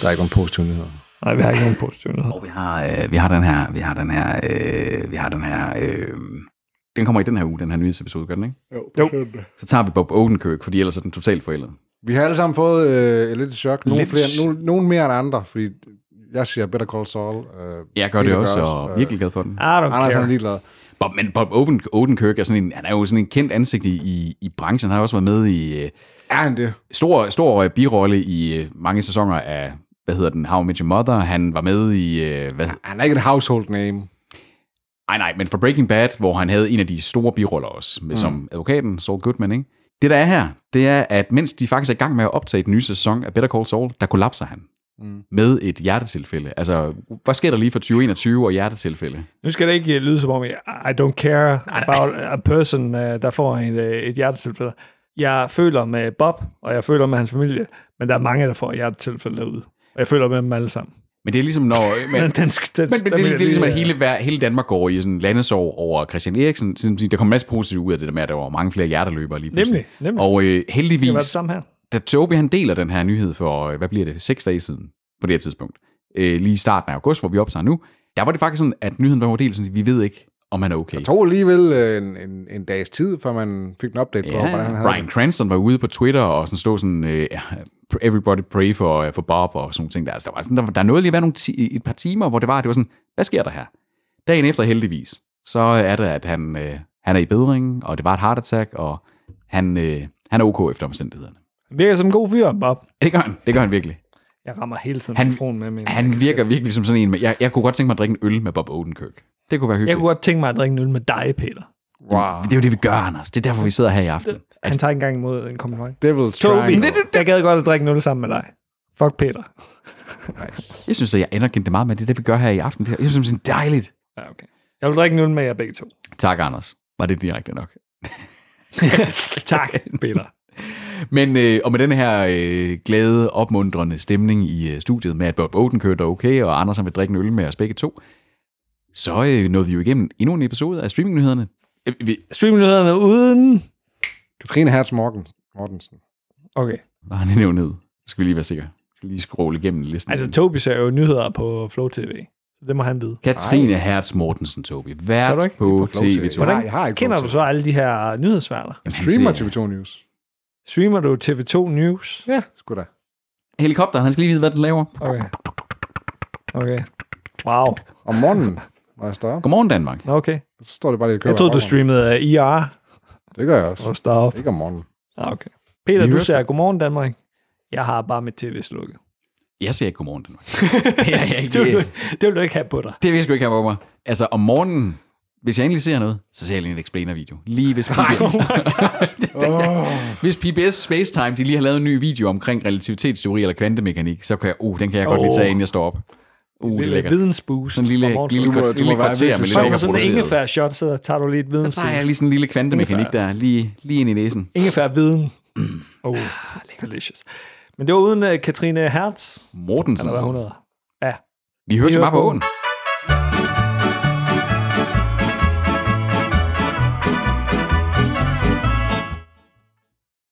Speaker 3: Der er ikke nogen positive nyheder.
Speaker 1: Nej, vi har ikke nogen positiv nyhed.
Speaker 2: Og vi har, øh, vi har den her, vi har den her, øh, vi har den her, øh, den kommer i den her uge, den her nyhedsepisode, gør den, ikke?
Speaker 1: Jo.
Speaker 2: Så tager vi Bob Odenkirk, fordi ellers er den totalt forældet.
Speaker 3: Vi har alle sammen fået øh, et lidt chok. Nogle,
Speaker 2: Lidt
Speaker 3: flere,
Speaker 2: ch-
Speaker 3: nogle, nogle mere end andre, fordi jeg siger Better Call Saul. Øh,
Speaker 2: Jeg gør det,
Speaker 3: Peter
Speaker 2: også, og
Speaker 3: øh,
Speaker 2: virkelig glad for den.
Speaker 1: I don't
Speaker 3: Anders han er
Speaker 1: care.
Speaker 3: ligeglad.
Speaker 2: Bob, men Bob Oden, Odenkirk er, sådan en, han er jo sådan en kendt ansigt i, i, i branchen. Han har også været med i øh,
Speaker 3: Er han det?
Speaker 2: stor, stor øh, birolle i øh, mange sæsoner af, hvad hedder den, How I Met Your Mother. Han var med i, øh, hvad,
Speaker 3: Han er ikke et household name.
Speaker 2: ej nej, men for Breaking Bad, hvor han havde en af de store biroller også, med, mm. som advokaten, Saul Goodman, ikke? Det der er her, det er, at mens de faktisk er i gang med at optage den nye sæson af Better Call Saul, der kollapser han. Mm. Med et hjertetilfælde. Altså, hvad sker der lige for 2021 og hjertetilfælde?
Speaker 1: Nu skal det ikke øh, lyde som om, jeg- I don't care about a person, øh, der får en, øh, et hjertetilfælde. Jeg føler med Bob, og jeg føler med hans familie, men der er mange, der får hjertetilfælde derude. Og jeg føler med dem alle sammen.
Speaker 2: Men det er ligesom, når... Men,
Speaker 1: Den, den, sk- den,
Speaker 2: Men, men
Speaker 1: den vil
Speaker 2: det,
Speaker 1: Altså,
Speaker 2: det,
Speaker 1: jeg
Speaker 2: det er ligesom,
Speaker 1: lige, øh,
Speaker 2: at hele, hver- hele Danmark går i sådan landesorg over Christian Eriksen. Sådan, at Der kom en masse positivt ud af det der med, at der var mange flere hjerteløbere lige pludselig.
Speaker 1: Nemlig, nemlig.
Speaker 2: Og øh,
Speaker 1: øh, det var det
Speaker 2: heldigvis,
Speaker 1: samme her.
Speaker 2: da Toby han deler den her nyhed for, øh, hvad bliver det, seks dage siden på det her tidspunkt, øh, lige i starten af august, hvor vi optager nu, der var det faktisk sådan, at nyheden var delt sådan, at vi ved ikke, om han er okay.
Speaker 3: Det tog alligevel øh, en, en, en dags tid, før man fik en update på, hvordan han havde
Speaker 2: Brian Cranston var ude på Twitter og sådan stod sådan, øh, everybody pray for, øh, for Bob og sådan nogle ting. Der, altså, der, var sådan, der, der nåede lige at være nogle ti, et par timer, hvor det var, det var sådan, hvad sker der her? Dagen efter heldigvis, så er det, at han, øh, han er i bedring, og det var et heart attack, og han, øh, han er ok efter omstændighederne.
Speaker 1: Han virker som en god fyr, Bob.
Speaker 2: Det gør han, det gør han virkelig.
Speaker 1: Jeg rammer hele tiden
Speaker 2: Han-
Speaker 1: mikrofonen med min.
Speaker 2: Han virker virkelig som sådan en, men jeg, jeg kunne godt tænke mig at drikke en øl med Bob Odenkirk. Det kunne være
Speaker 1: Jeg
Speaker 2: hyggeligt.
Speaker 1: kunne godt tænke mig at drikke en øl med dig, Peter.
Speaker 3: Wow.
Speaker 2: Det er jo det, vi gør, Anders. Det er derfor, vi sidder her i aften.
Speaker 1: Han tager ikke engang imod en kompliment.
Speaker 3: Devil's
Speaker 1: Toby,
Speaker 3: Triangle.
Speaker 1: jeg gad godt at drikke en øl sammen med dig. Fuck Peter.
Speaker 2: Jeg synes, at jeg anerkendte det meget med det, er det vi gør her i aften. Det her. Jeg synes, det er dejligt.
Speaker 1: Ja, okay. Jeg vil drikke en øl med jer begge to.
Speaker 2: Tak, Anders. Var det direkte nok?
Speaker 1: tak, Peter.
Speaker 2: Men øh, og med den her øh, glade, opmuntrende stemning i øh, studiet med, at Bob Oden kørte okay, og Anders han vil drikke en øl med os begge to, så øh, nåede vi jo igennem endnu en episode af Streamingnyhederne. Øh, vi,
Speaker 1: Streamnyhederne uden...
Speaker 3: Katrine Hertz Morgen, Mortensen.
Speaker 1: Okay.
Speaker 2: var han nævnt ned? Nu Skal vi lige være sikre. Jeg Skal lige scrolle igennem listen.
Speaker 1: Altså, Tobi ser jo nyheder på Flow TV. Så det må han vide.
Speaker 2: Katrine Hertz Mortensen, Tobi. Vært
Speaker 1: du
Speaker 2: på,
Speaker 1: ikke?
Speaker 2: på
Speaker 3: Flow TV.
Speaker 2: TV2.
Speaker 3: Hvordan
Speaker 2: Jamen,
Speaker 3: Nej, jeg har ikke
Speaker 1: Kender
Speaker 3: Flow
Speaker 1: du
Speaker 3: TV.
Speaker 1: så alle de her nyhedsværter?
Speaker 2: han
Speaker 3: Streamer
Speaker 2: ser-
Speaker 3: TV2 News.
Speaker 1: Streamer du TV2 News?
Speaker 3: Ja, sgu da.
Speaker 2: Helikopteren, han skal lige vide, hvad den laver.
Speaker 1: Okay. Okay. Wow.
Speaker 3: Om morgenen, når jeg står op,
Speaker 2: Godmorgen, Danmark.
Speaker 1: Nå, Okay.
Speaker 3: så står det bare lige og kører.
Speaker 1: Jeg troede, du
Speaker 3: baggrunden.
Speaker 1: streamede øh, IR
Speaker 3: Det gør jeg også.
Speaker 1: og stod op.
Speaker 3: Ikke om morgenen.
Speaker 1: Ah, okay. Peter,
Speaker 2: Vi
Speaker 1: du
Speaker 2: hørte
Speaker 1: ser Godmorgen Danmark. Jeg har bare mit tv slukket.
Speaker 2: Jeg siger ikke godmorgen, Danmark. det Uh, er jeg ikke.
Speaker 1: Det vil, du, det vil du ikke have på dig.
Speaker 2: Det vil jeg sgu ikke have på mig. Altså, om morgenen, hvis jeg endelig ser noget, så ser jeg lige en explainer-video. Lige hvis PBS, hvis PBS Spacetime, de lige har lavet en ny video omkring relativitetsteori eller kvantemekanik, så kan jeg, uh, den kan jeg godt lige tage, inden jeg står op. Uh, det er
Speaker 1: Lille
Speaker 2: lækkert.
Speaker 1: vidensboost.
Speaker 2: Sådan en lille,
Speaker 1: fra morgenstunden.
Speaker 2: lille,
Speaker 3: Du må-
Speaker 2: kvarter-
Speaker 3: du må
Speaker 2: lille
Speaker 3: være
Speaker 2: kvarter med
Speaker 3: virkelig
Speaker 2: lidt
Speaker 3: sjov.
Speaker 1: Frem for sådan en
Speaker 2: overproduceret.
Speaker 1: ingefær-shot, så tager du lige et
Speaker 2: Så tager jeg
Speaker 1: vidensboost.
Speaker 2: lige sådan en lille kvantemekanik
Speaker 1: Ingefær.
Speaker 2: der, lige, lige ind i næsen.
Speaker 1: Ingefær-viden. Oh, delicious. Men det var uden uh, Katrine Hertz,
Speaker 2: Mortensen.
Speaker 1: eller hvad hun hedder. Ja,
Speaker 2: Vi hører så
Speaker 1: Vi
Speaker 2: bare på
Speaker 1: hører på
Speaker 2: åen.